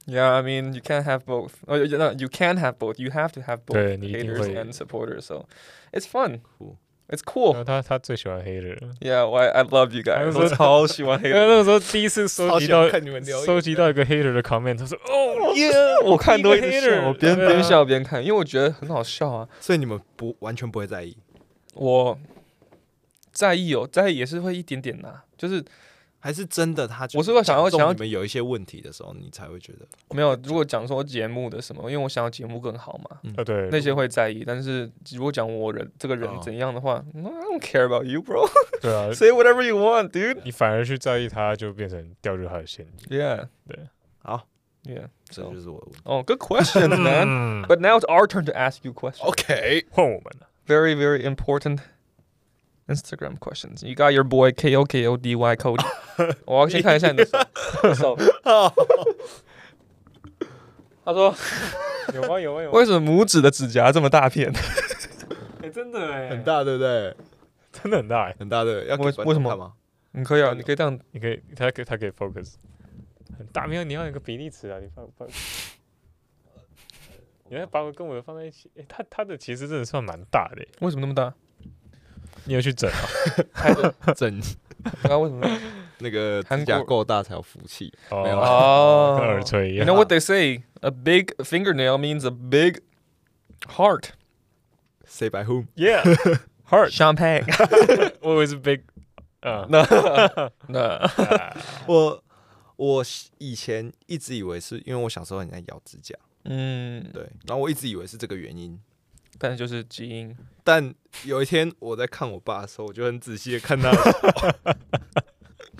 Speaker 1: Yeah, I mean you can't have both. Oh, you, no, you can have both. You have to have both
Speaker 2: 对你一定
Speaker 1: haters
Speaker 2: 会，
Speaker 1: and supporters. So it's fun.
Speaker 3: Cool.
Speaker 1: It's
Speaker 2: 然
Speaker 1: cool.
Speaker 2: 后啊他他最喜欢黑人了，
Speaker 1: Yeah, why I love you guys.
Speaker 2: 还有说 -因为
Speaker 1: 我超喜欢黑人。
Speaker 2: 哎那个时候第一次收集
Speaker 3: 超喜
Speaker 2: 到
Speaker 3: 欢看你们聊
Speaker 2: 收集到一个 hater 的 comment，他说哦，
Speaker 1: 我看多一直
Speaker 2: 一个 hater，
Speaker 1: 笑，我边-
Speaker 2: 对啊。
Speaker 1: 边笑边看，因为我觉得很好笑啊。
Speaker 3: 所以你们不完全不会在意，
Speaker 1: 我在意哦，在意也是会一点点啦，就是
Speaker 3: 还是真的他就
Speaker 1: 我是会想要
Speaker 3: 讲中
Speaker 1: 想要
Speaker 3: 你们有一些问题的时候，你才会觉得
Speaker 1: 没有。如果讲说节目的什么，因为我想要节目更好嘛，
Speaker 2: 啊对，
Speaker 1: 那些会在意。但是如果讲我人这个人
Speaker 3: 哦
Speaker 1: 怎样的话、i don't care about you, bro.
Speaker 2: 对啊，
Speaker 1: Say whatever you want, dude.
Speaker 2: 你反而去在意他，就变成掉入他的陷阱。
Speaker 1: Yeah,
Speaker 3: 好，
Speaker 1: yeah.
Speaker 3: 这就是我的问题。
Speaker 1: Oh, good questions, man.
Speaker 2: 嗯，
Speaker 1: But now it's our turn to ask you questions.
Speaker 3: OK，
Speaker 2: 换我们了。
Speaker 1: Very, very important Instagram questions. You got your boy K O K O D Y Cody. 我要先看一下你的手手。 他说
Speaker 2: 有吗？有吗？有吗？
Speaker 1: 为什么拇指的指甲这么大片？
Speaker 2: 哎、真的哎、
Speaker 3: 很，大对不对？
Speaker 2: 真的很大哎、
Speaker 3: 很大对，要给
Speaker 1: 为
Speaker 3: 观众
Speaker 1: 为什么
Speaker 3: 看吗？
Speaker 1: 你可以啊，你可以这样。
Speaker 2: 你可以，他可以，他可以 focus，很大，没有，你要有一个比例尺啊，你放 放，你要把我跟我的放在一起，哎、他他的其实真的算蛮大的、哎
Speaker 1: 为什么那么大？
Speaker 2: 你有去整啊？
Speaker 3: 整
Speaker 1: 啊，为什么那么大？
Speaker 3: 那个
Speaker 1: 韩
Speaker 3: 指甲
Speaker 1: 国
Speaker 3: 够大才有福气。 没有啊
Speaker 2: 哦，跟耳垂一
Speaker 1: You
Speaker 2: 样
Speaker 1: know what they say? A big fingernail means a big heart.
Speaker 3: Say by whom？
Speaker 2: ，Yeah，
Speaker 1: Heart. Champagne.
Speaker 2: 我以为是 big，啊、
Speaker 1: 那那
Speaker 3: 我我以前一直以为是因为我小时候很爱咬指甲，
Speaker 1: 嗯，
Speaker 3: 对，然后我一直以为是这个原因。
Speaker 1: Mm, 但是就是基因。
Speaker 3: 但有一天我在看我爸的时候，我就很仔细的看他的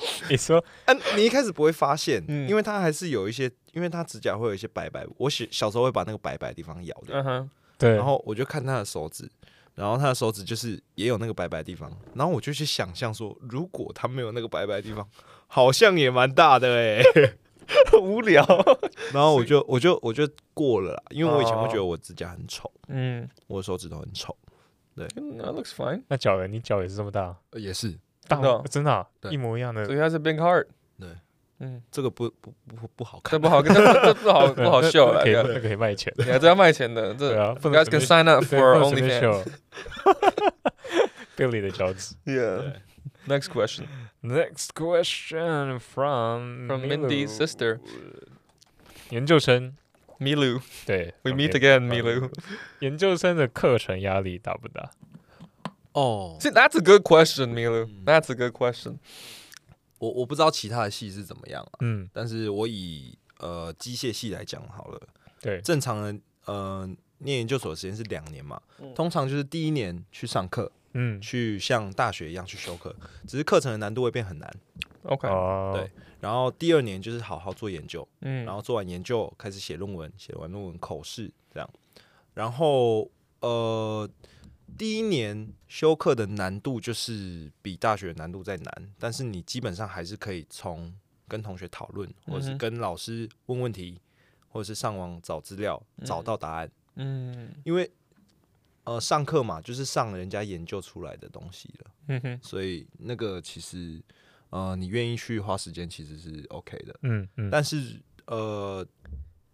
Speaker 3: 手。
Speaker 2: 你说
Speaker 3: 嗯、你一开始不会发现，
Speaker 1: 嗯
Speaker 3: 因为他还是有一些，因为他指甲会有一些白白。我小小时候会把那个白白的地方咬掉，
Speaker 1: 嗯哼，
Speaker 2: 对，
Speaker 3: 然后我就看他的手指，然后他的手指就是也有那个白白的地方，然后我就去想象说，如果他没有那个白白的地方，好像也蛮大的 哎、
Speaker 1: 无聊。
Speaker 3: 然后我就我就我就过了啦，因为我以前会觉得我指甲很丑，
Speaker 1: 嗯
Speaker 3: 我的手指头很丑，
Speaker 1: Mm, ，That looks fine.
Speaker 2: 那脚呢？你脚也是这么大？
Speaker 3: 呃也是
Speaker 2: 大
Speaker 1: 真的哦
Speaker 2: 吗，真的啊、
Speaker 3: 对
Speaker 2: 一模一样的
Speaker 1: 所以它是 big heart。
Speaker 3: 对，
Speaker 1: 嗯，
Speaker 3: 这个不不不不好
Speaker 1: 这
Speaker 3: 看，
Speaker 1: 不好，这这不好
Speaker 2: 对
Speaker 1: 不好
Speaker 2: 那
Speaker 1: 秀
Speaker 2: 那
Speaker 1: 了。
Speaker 2: 可以
Speaker 1: yeah
Speaker 2: 那可以卖钱，
Speaker 1: 你还这要卖钱的，这
Speaker 2: 对啊，不
Speaker 1: you
Speaker 2: 能
Speaker 1: guys can
Speaker 2: 随便
Speaker 1: sign up
Speaker 2: 对
Speaker 1: for
Speaker 2: 不能随
Speaker 1: OnlyFans.
Speaker 2: 便秀 Billy 的脚趾。
Speaker 1: Yeah. Next question
Speaker 2: Next question from
Speaker 1: from Mindy's
Speaker 2: Milu
Speaker 1: sister,
Speaker 2: 研究生，
Speaker 1: Milu.
Speaker 2: 对
Speaker 1: We
Speaker 2: from
Speaker 1: meet
Speaker 2: 研
Speaker 1: again,
Speaker 2: 嗯
Speaker 1: Milu.
Speaker 2: 研究生的课程压力大不大？
Speaker 3: 哦。
Speaker 1: See, that's a good question, Milu.
Speaker 2: Mm.
Speaker 1: That's a good question.
Speaker 3: 我我不知道其他的系是怎么样啊，
Speaker 2: 嗯，
Speaker 3: 但是我以呃机械系来讲好了，
Speaker 2: 对，
Speaker 3: 正常人呃念研究所的时间是两年嘛，
Speaker 1: 嗯
Speaker 3: 通常就是第一年去上课，
Speaker 2: 嗯，
Speaker 3: 去像大学一样去修课，只是课程的难度会变很难。
Speaker 1: OK.
Speaker 2: 哦，
Speaker 3: 对然后第二年就是好好做研究，
Speaker 1: 嗯
Speaker 3: 然后做完研究开始写论文，写完论文口试这样。然后呃，第一年修课的难度就是比大学的难度再难，但是你基本上还是可以从跟同学讨论，或者
Speaker 1: 嗯
Speaker 3: 是
Speaker 1: 哼
Speaker 3: 跟老师问问题，或者是上网找资料找到答案，
Speaker 1: 嗯
Speaker 3: 因为呃上课嘛，就是上人家研究出来的东西了。
Speaker 1: 嗯哼
Speaker 3: 所以那个其实，呃，你愿意去花时间其实是 OK 的，
Speaker 2: 嗯嗯，
Speaker 3: 但是呃，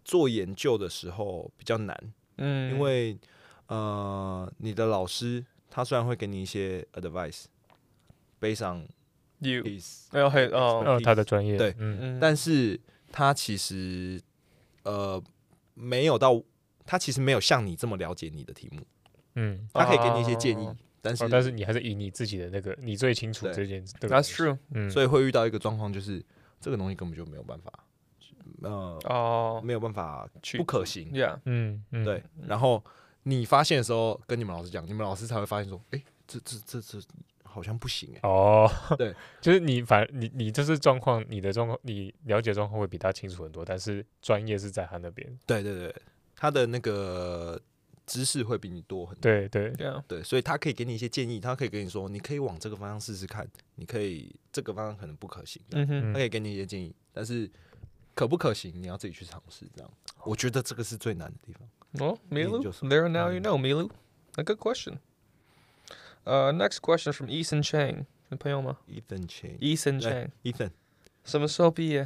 Speaker 3: 做研究的时候比较难，
Speaker 1: 嗯，
Speaker 3: 因为呃，你的老师他虽然会给你一些 advice。悲伤
Speaker 1: you Oh,
Speaker 3: piece，
Speaker 1: 要很哦，
Speaker 2: 哦，他的专业，
Speaker 3: 对
Speaker 1: Mm.
Speaker 2: 嗯，
Speaker 1: 嗯
Speaker 3: 但是他其实呃没有到他其实没有像你这么了解你的题目，
Speaker 2: 嗯，
Speaker 3: 他可以给你一些建议
Speaker 1: 哦，
Speaker 3: 但是
Speaker 2: 哦但是你还是以你自己的那个，你最清楚
Speaker 3: 对
Speaker 2: 这件事。对吧
Speaker 1: That's true。
Speaker 2: 嗯，
Speaker 3: 所以会遇到一个状况，就是这个东西根本就没有办法，呃，
Speaker 1: 哦
Speaker 3: 没有办法
Speaker 1: 去
Speaker 3: 不可行。
Speaker 1: Oh, ，Yeah，
Speaker 2: 嗯嗯，
Speaker 3: 对，然后你发现的时候，跟你们老师讲，你们老师才会发现说，哎、这这这这好像不行哎、
Speaker 2: 哦，
Speaker 3: 对，
Speaker 2: 就是你反你你就是状况，你的状况，你了解状况会比他清楚很多，但是专业是在他那边。
Speaker 3: 对对对，他的那个知识会比你多很多。
Speaker 2: 对对，
Speaker 1: Yeah，
Speaker 3: 对，所以他可以给你一些建议，他可以跟你说，你可以往这个方向试试看，你可以这个方向可能不可行，这样
Speaker 1: 嗯哼，
Speaker 3: 他可以给你一些建议，但是可不可行，你要自己去尝试。这样，我觉得这个是最难的地方。
Speaker 1: Well, Milu,
Speaker 3: just-
Speaker 1: there now you know, Milu. A good question. Uh, next question from Eason Chang. 你朋友吗
Speaker 3: Ethan Chang，
Speaker 1: ？Eason
Speaker 3: 对
Speaker 1: Chang
Speaker 3: Ethan，
Speaker 1: 什么时候毕业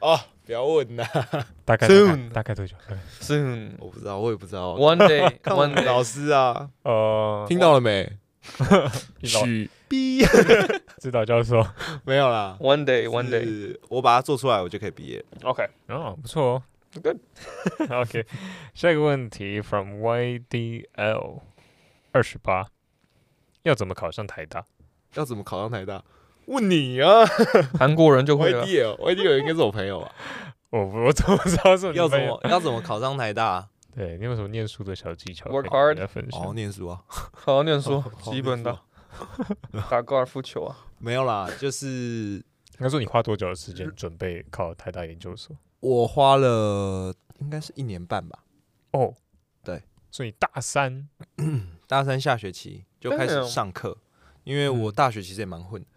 Speaker 3: 哦，不要问呐、
Speaker 2: 大概
Speaker 1: Soon
Speaker 2: 大概大概多久？对
Speaker 1: ？Soon.
Speaker 3: 我不知道，我也不知道。
Speaker 1: One day.
Speaker 3: 看我
Speaker 1: One
Speaker 3: 们
Speaker 1: day.
Speaker 3: 老师啊，
Speaker 2: 呃，
Speaker 3: 听到了没？
Speaker 2: 你老
Speaker 3: 逼
Speaker 2: 指导教授，
Speaker 3: 没有啦
Speaker 1: One day. One day.
Speaker 3: 是我把它做出来，我就可以毕业。
Speaker 1: Okay.
Speaker 2: 哦，不错哦
Speaker 1: Good.
Speaker 2: OK，下 一个问题 from YDL 二十八，要怎么考上台大？
Speaker 3: 要怎么考上台大？问你啊
Speaker 1: 韩国人就会了。
Speaker 3: ，YDL，YDL 应该是我朋友吧？
Speaker 2: 我我怎么知道是你
Speaker 3: 要怎
Speaker 2: 朋友
Speaker 3: 么要怎么考上台大？
Speaker 2: 对，你有什么念书的小技巧
Speaker 1: Work
Speaker 2: 可以跟大家分
Speaker 3: 好好
Speaker 2: 享？
Speaker 3: 念书啊，
Speaker 1: 好好念书
Speaker 3: 好，好
Speaker 1: 基本
Speaker 3: 念
Speaker 1: 的
Speaker 3: 书啊。
Speaker 1: 打高尔夫球啊。
Speaker 3: 没有啦，就是
Speaker 2: 应该说你花多久的时间准备考台大研究所？
Speaker 3: 我花了应该是一年半吧，
Speaker 2: 哦，
Speaker 3: 对，
Speaker 2: 所以大三
Speaker 3: 大三下学期就开始上课，因为我大学其实也蛮混的。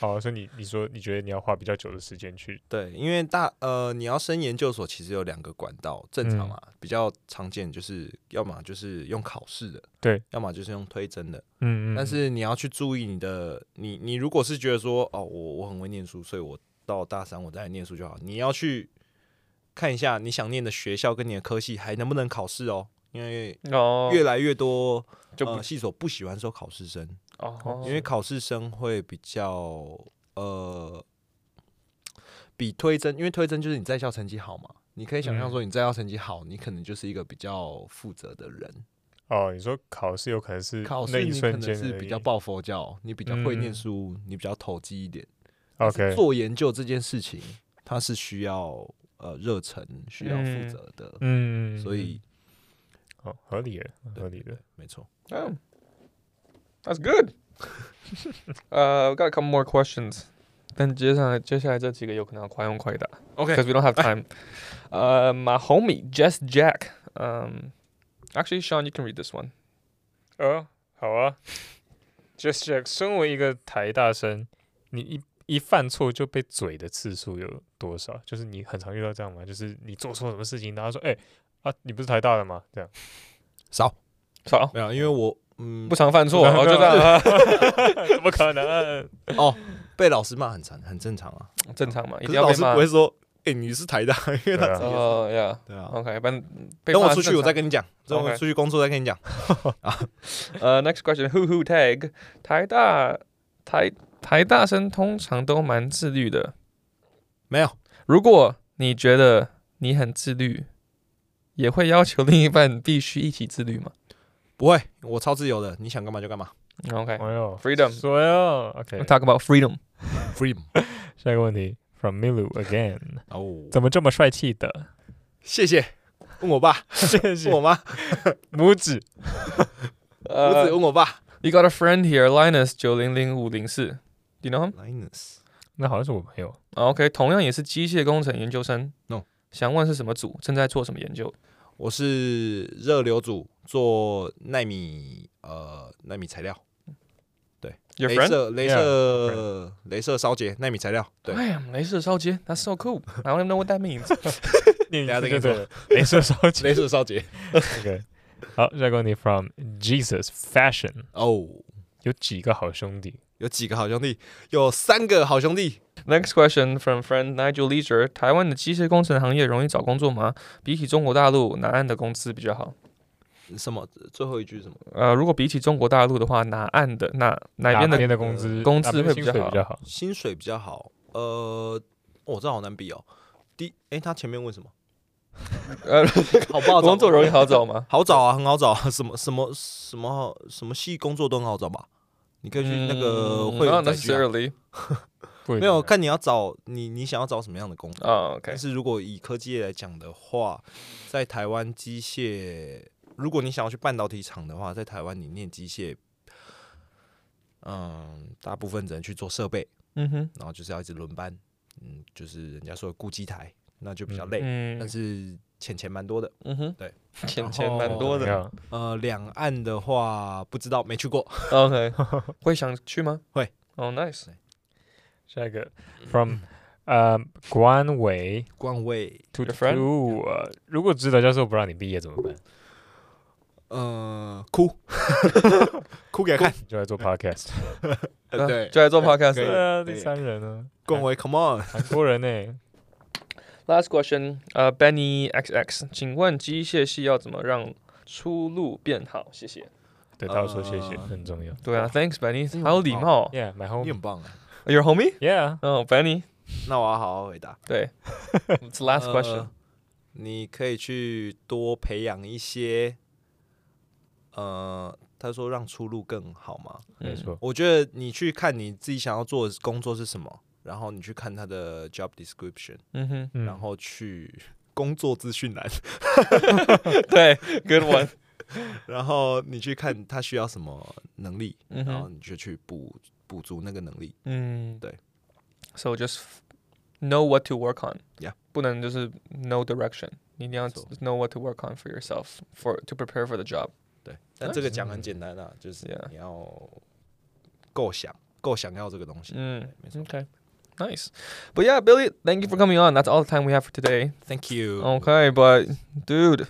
Speaker 2: 哦，所以你你说你觉得你要花比较久的时间去
Speaker 3: 对，因为大呃，你要升研究所其实有两个管道，正
Speaker 2: 嗯
Speaker 3: 常嘛，比较常见就是要么就是用考试的，
Speaker 2: 对，
Speaker 3: 要么就是用推甄的。
Speaker 2: 嗯
Speaker 3: 但是你要去注意你的，你你如果是觉得说哦，我我很会念书，所以我到大三我再来念书就好。你要去看一下你想念的学校跟你的科系还能不能考试哦，因为
Speaker 1: 哦，
Speaker 3: 越来越多
Speaker 1: Oh, 就不
Speaker 3: 呃系所不喜欢收考试生，
Speaker 1: 哦，
Speaker 3: 因为考试生会比较呃比推甄，因为推甄就是你在校成绩好嘛，你可以想象说你在校成绩好，你可能就是一个比较负责的人。
Speaker 2: 哦，你说考试有可能是
Speaker 3: 考
Speaker 2: 那
Speaker 3: 试
Speaker 2: 一
Speaker 3: 你可
Speaker 2: 瞬
Speaker 3: 能
Speaker 2: 间
Speaker 3: 是
Speaker 2: 而
Speaker 3: 比
Speaker 2: 已
Speaker 3: 较抱佛脚，你比较会念
Speaker 2: 嗯
Speaker 3: 书，你比较投机一点。但是
Speaker 2: OK，
Speaker 3: 做研究这件事情，它是需要呃热忱，需要负
Speaker 1: 嗯
Speaker 3: 责的，
Speaker 2: 嗯，
Speaker 3: 所以
Speaker 2: 哦合理的，合理的。
Speaker 3: 没错。
Speaker 1: Oh, that's good. uh, we've got a couple more questions. Then 接下来接下来这几个有可能要快问快答
Speaker 3: OK，
Speaker 1: because we don't have time. uh, my homie Jess Jack. Um, actually, Sean, you can read this one.
Speaker 2: 呃，好啊。Just Jack，身为一个台大生，你一一犯错就被嘴的次数有多少？就是你很常遇到这样吗？就是你做错什么事情，然后说，哎、啊，你不是台大的吗？这样，
Speaker 3: 少
Speaker 1: 少
Speaker 3: 没有，因为我嗯
Speaker 1: 不常犯错，
Speaker 2: 不常
Speaker 1: 我就这样啊，
Speaker 2: 哎怎么可能？
Speaker 3: 哦被老师骂很常很正常啊，
Speaker 1: 正常嘛，一定
Speaker 3: 可是
Speaker 1: 要
Speaker 3: 老
Speaker 1: 被
Speaker 3: 师
Speaker 1: 骂 Uh,
Speaker 3: 不。会说哎你是台大，因为他
Speaker 2: 对啊
Speaker 3: 直接
Speaker 1: 哦呀
Speaker 3: 对啊。
Speaker 1: ，OK，反正被
Speaker 3: Oh. 等我
Speaker 1: 骂
Speaker 3: 出
Speaker 1: 是
Speaker 3: 去，我
Speaker 1: 正
Speaker 3: 再
Speaker 1: 常
Speaker 3: 跟你讲。等我
Speaker 1: OK
Speaker 3: 出去工作再跟你讲。
Speaker 1: 呃，next Uh, question，who who tag，台大台台大生通常都蛮自律的。
Speaker 3: 没有，
Speaker 1: 如果你觉得你很自律，也会要求另一半必须一起自律吗
Speaker 3: 不会，我超自由的，你想干嘛就干嘛。Oh.
Speaker 1: ？OK，talk、
Speaker 2: 哎呦
Speaker 1: Freedom
Speaker 2: 所哟，OK。
Speaker 1: about freedom。
Speaker 3: Free
Speaker 2: 下一个问题，From Milu again，
Speaker 3: 哦，
Speaker 2: 怎么这么帅气的？
Speaker 3: 谢谢。问 我爸，
Speaker 2: 谢
Speaker 3: 问我
Speaker 2: 谢。
Speaker 3: 妈，
Speaker 2: 拇指，
Speaker 3: 我只
Speaker 1: 呃、
Speaker 3: 问我爸。
Speaker 1: y o u got a friend here, Linus 九零零五零四，you know him？
Speaker 3: Linus，
Speaker 2: 那好像是我朋友。
Speaker 1: 啊 OK，同样也是机械工程研究生。
Speaker 3: No
Speaker 1: 想问是什么组，正在做什么研究？
Speaker 3: 我是热流组做纳米呃纳米材料，
Speaker 1: Your
Speaker 3: 镭
Speaker 1: friend?
Speaker 3: 射镭射镭射烧结纳米材料，对，
Speaker 1: Damn，镭射烧接，That's so cool. I don't even know what that means.
Speaker 2: 念一
Speaker 3: 等下
Speaker 2: 次
Speaker 3: 再
Speaker 2: 就
Speaker 3: 跟
Speaker 2: 对
Speaker 3: 你
Speaker 2: 了。镭射烧起。
Speaker 3: 镭射烧结。
Speaker 2: OK，好，下一个问题 from Jesus Fashion，
Speaker 3: 哦，
Speaker 2: 有几个好兄弟？
Speaker 3: 有几个好兄弟？有三个好兄弟。
Speaker 1: Next question from friend Nigel Leisure：台湾的机械工程行业容易找工作吗？比起中国大陆，南岸的工资比较好。
Speaker 3: 什么？最后一句是什么？
Speaker 1: 呃，如果比起中国大陆的话，哪岸的那哪边的
Speaker 2: 哪边的呃工资
Speaker 1: 工
Speaker 2: 哪
Speaker 1: 资
Speaker 2: 边
Speaker 1: 会
Speaker 2: 薪
Speaker 1: 比较
Speaker 2: 水
Speaker 1: 好
Speaker 2: 比较好？
Speaker 3: 薪水比较好。呃，哦，这好难比哦。第，诶，他前面问什么？
Speaker 1: 呃，
Speaker 3: 好不好找？
Speaker 1: 工作容易好找 吗？
Speaker 3: 好找啊，很好找啊，什么什么什么好什么系工作都很好找吧？你可以去那个
Speaker 1: 嗯
Speaker 3: 会员
Speaker 1: not
Speaker 3: 载具啊、
Speaker 1: necessarily
Speaker 2: 不一定
Speaker 3: 没有看你要找你你想要找什么样的工作。
Speaker 1: 啊，OK，
Speaker 3: 但是如果以科技业来讲的话，在台湾机械，如果你想要去半导体厂的话，在台湾你念机械，嗯，大部分只能去做设备，
Speaker 1: 嗯哼，
Speaker 3: 然后就是要一直轮班，嗯，就是人家说的顾机台，那就比较累，但
Speaker 1: 嗯
Speaker 3: 是钱钱蛮多的。
Speaker 1: 嗯哼，
Speaker 3: 对，
Speaker 1: 钱
Speaker 3: 然
Speaker 1: 钱蛮
Speaker 3: 后
Speaker 1: 多
Speaker 2: 没
Speaker 1: 的。
Speaker 2: 有
Speaker 3: 呃，两岸的话不知道，没去过。
Speaker 1: OK，会想去吗？
Speaker 3: 会。
Speaker 1: 哦，nice，
Speaker 2: 下一个 from 呃官委
Speaker 3: 官位，
Speaker 2: to
Speaker 1: Your friend？
Speaker 2: to，呃如果指导教授不让你毕业怎么办？
Speaker 3: 呃，哭， 哭给他 看。
Speaker 2: 就来做 podcast。
Speaker 3: 呃
Speaker 1: 啊就来做 podcast
Speaker 3: 可以
Speaker 2: 对啊，第
Speaker 3: 对
Speaker 2: 三人呢？
Speaker 3: 官位，Come on，
Speaker 2: 韩国人欸呢？
Speaker 1: Last question，呃，Benny XX，请问机械系要怎么让出路变好？谢谢。
Speaker 2: 对，他要说谢谢，
Speaker 3: 呃
Speaker 2: 很重要。
Speaker 1: 对啊，Thanks Benny，
Speaker 3: 嗯
Speaker 1: 好有礼貌哦。
Speaker 2: Yeah, my
Speaker 3: 你
Speaker 2: home.
Speaker 3: 很棒啊。
Speaker 1: Your homie？
Speaker 2: Yeah，
Speaker 1: 哦，Benny，
Speaker 3: 那我要好好回答。
Speaker 1: 对，It's last
Speaker 3: 呃
Speaker 1: question。
Speaker 3: 你可以去多培养一些，呃，他说让出路更好嘛。
Speaker 2: 没
Speaker 1: 嗯
Speaker 2: 错。
Speaker 3: 我觉得你去看你自己想要做的工作是什么，然后你去看他的 job description，、
Speaker 1: 嗯哼，
Speaker 2: 嗯
Speaker 3: 然后去 工作资讯栏，
Speaker 1: 对，Good one。
Speaker 3: 然后你去看他需要什么能力，
Speaker 1: 嗯
Speaker 3: 然后
Speaker 1: 哼，
Speaker 3: 你就去补补足那个能力。
Speaker 1: 嗯，
Speaker 3: 对。
Speaker 1: So just know what to work on.
Speaker 3: Yeah.
Speaker 1: 不能就是 no direction，你一定要
Speaker 3: 没错
Speaker 1: know what to work on for yourself for to prepare for the job.
Speaker 3: 对，但这个讲很简单啊，就是
Speaker 1: 嗯
Speaker 3: 你要够想，够想要这个东西。
Speaker 1: 嗯
Speaker 3: 没错。
Speaker 1: Mm, Okay. Nice. But yeah, Billy, thank you for coming on. That's all the time we have for today.
Speaker 3: Thank you.
Speaker 1: Okay, but dude,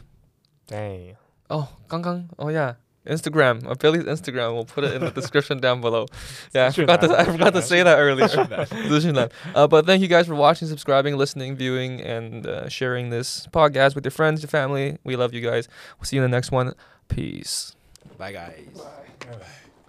Speaker 2: Dang.
Speaker 1: oh, 刚刚 oh yeah, Instagram, uh, Billy's Instagram. We'll put it in the description down below. Yeah, I
Speaker 2: 资讯
Speaker 1: forgot to
Speaker 2: 栏
Speaker 1: I forgot to say that earlier. 资讯栏. uh, but thank you guys for watching, subscribing, listening, viewing, and uh, sharing this podcast with your friends, your family. We love you guys. We'll see you in the next one. Peace.
Speaker 3: Bye guys.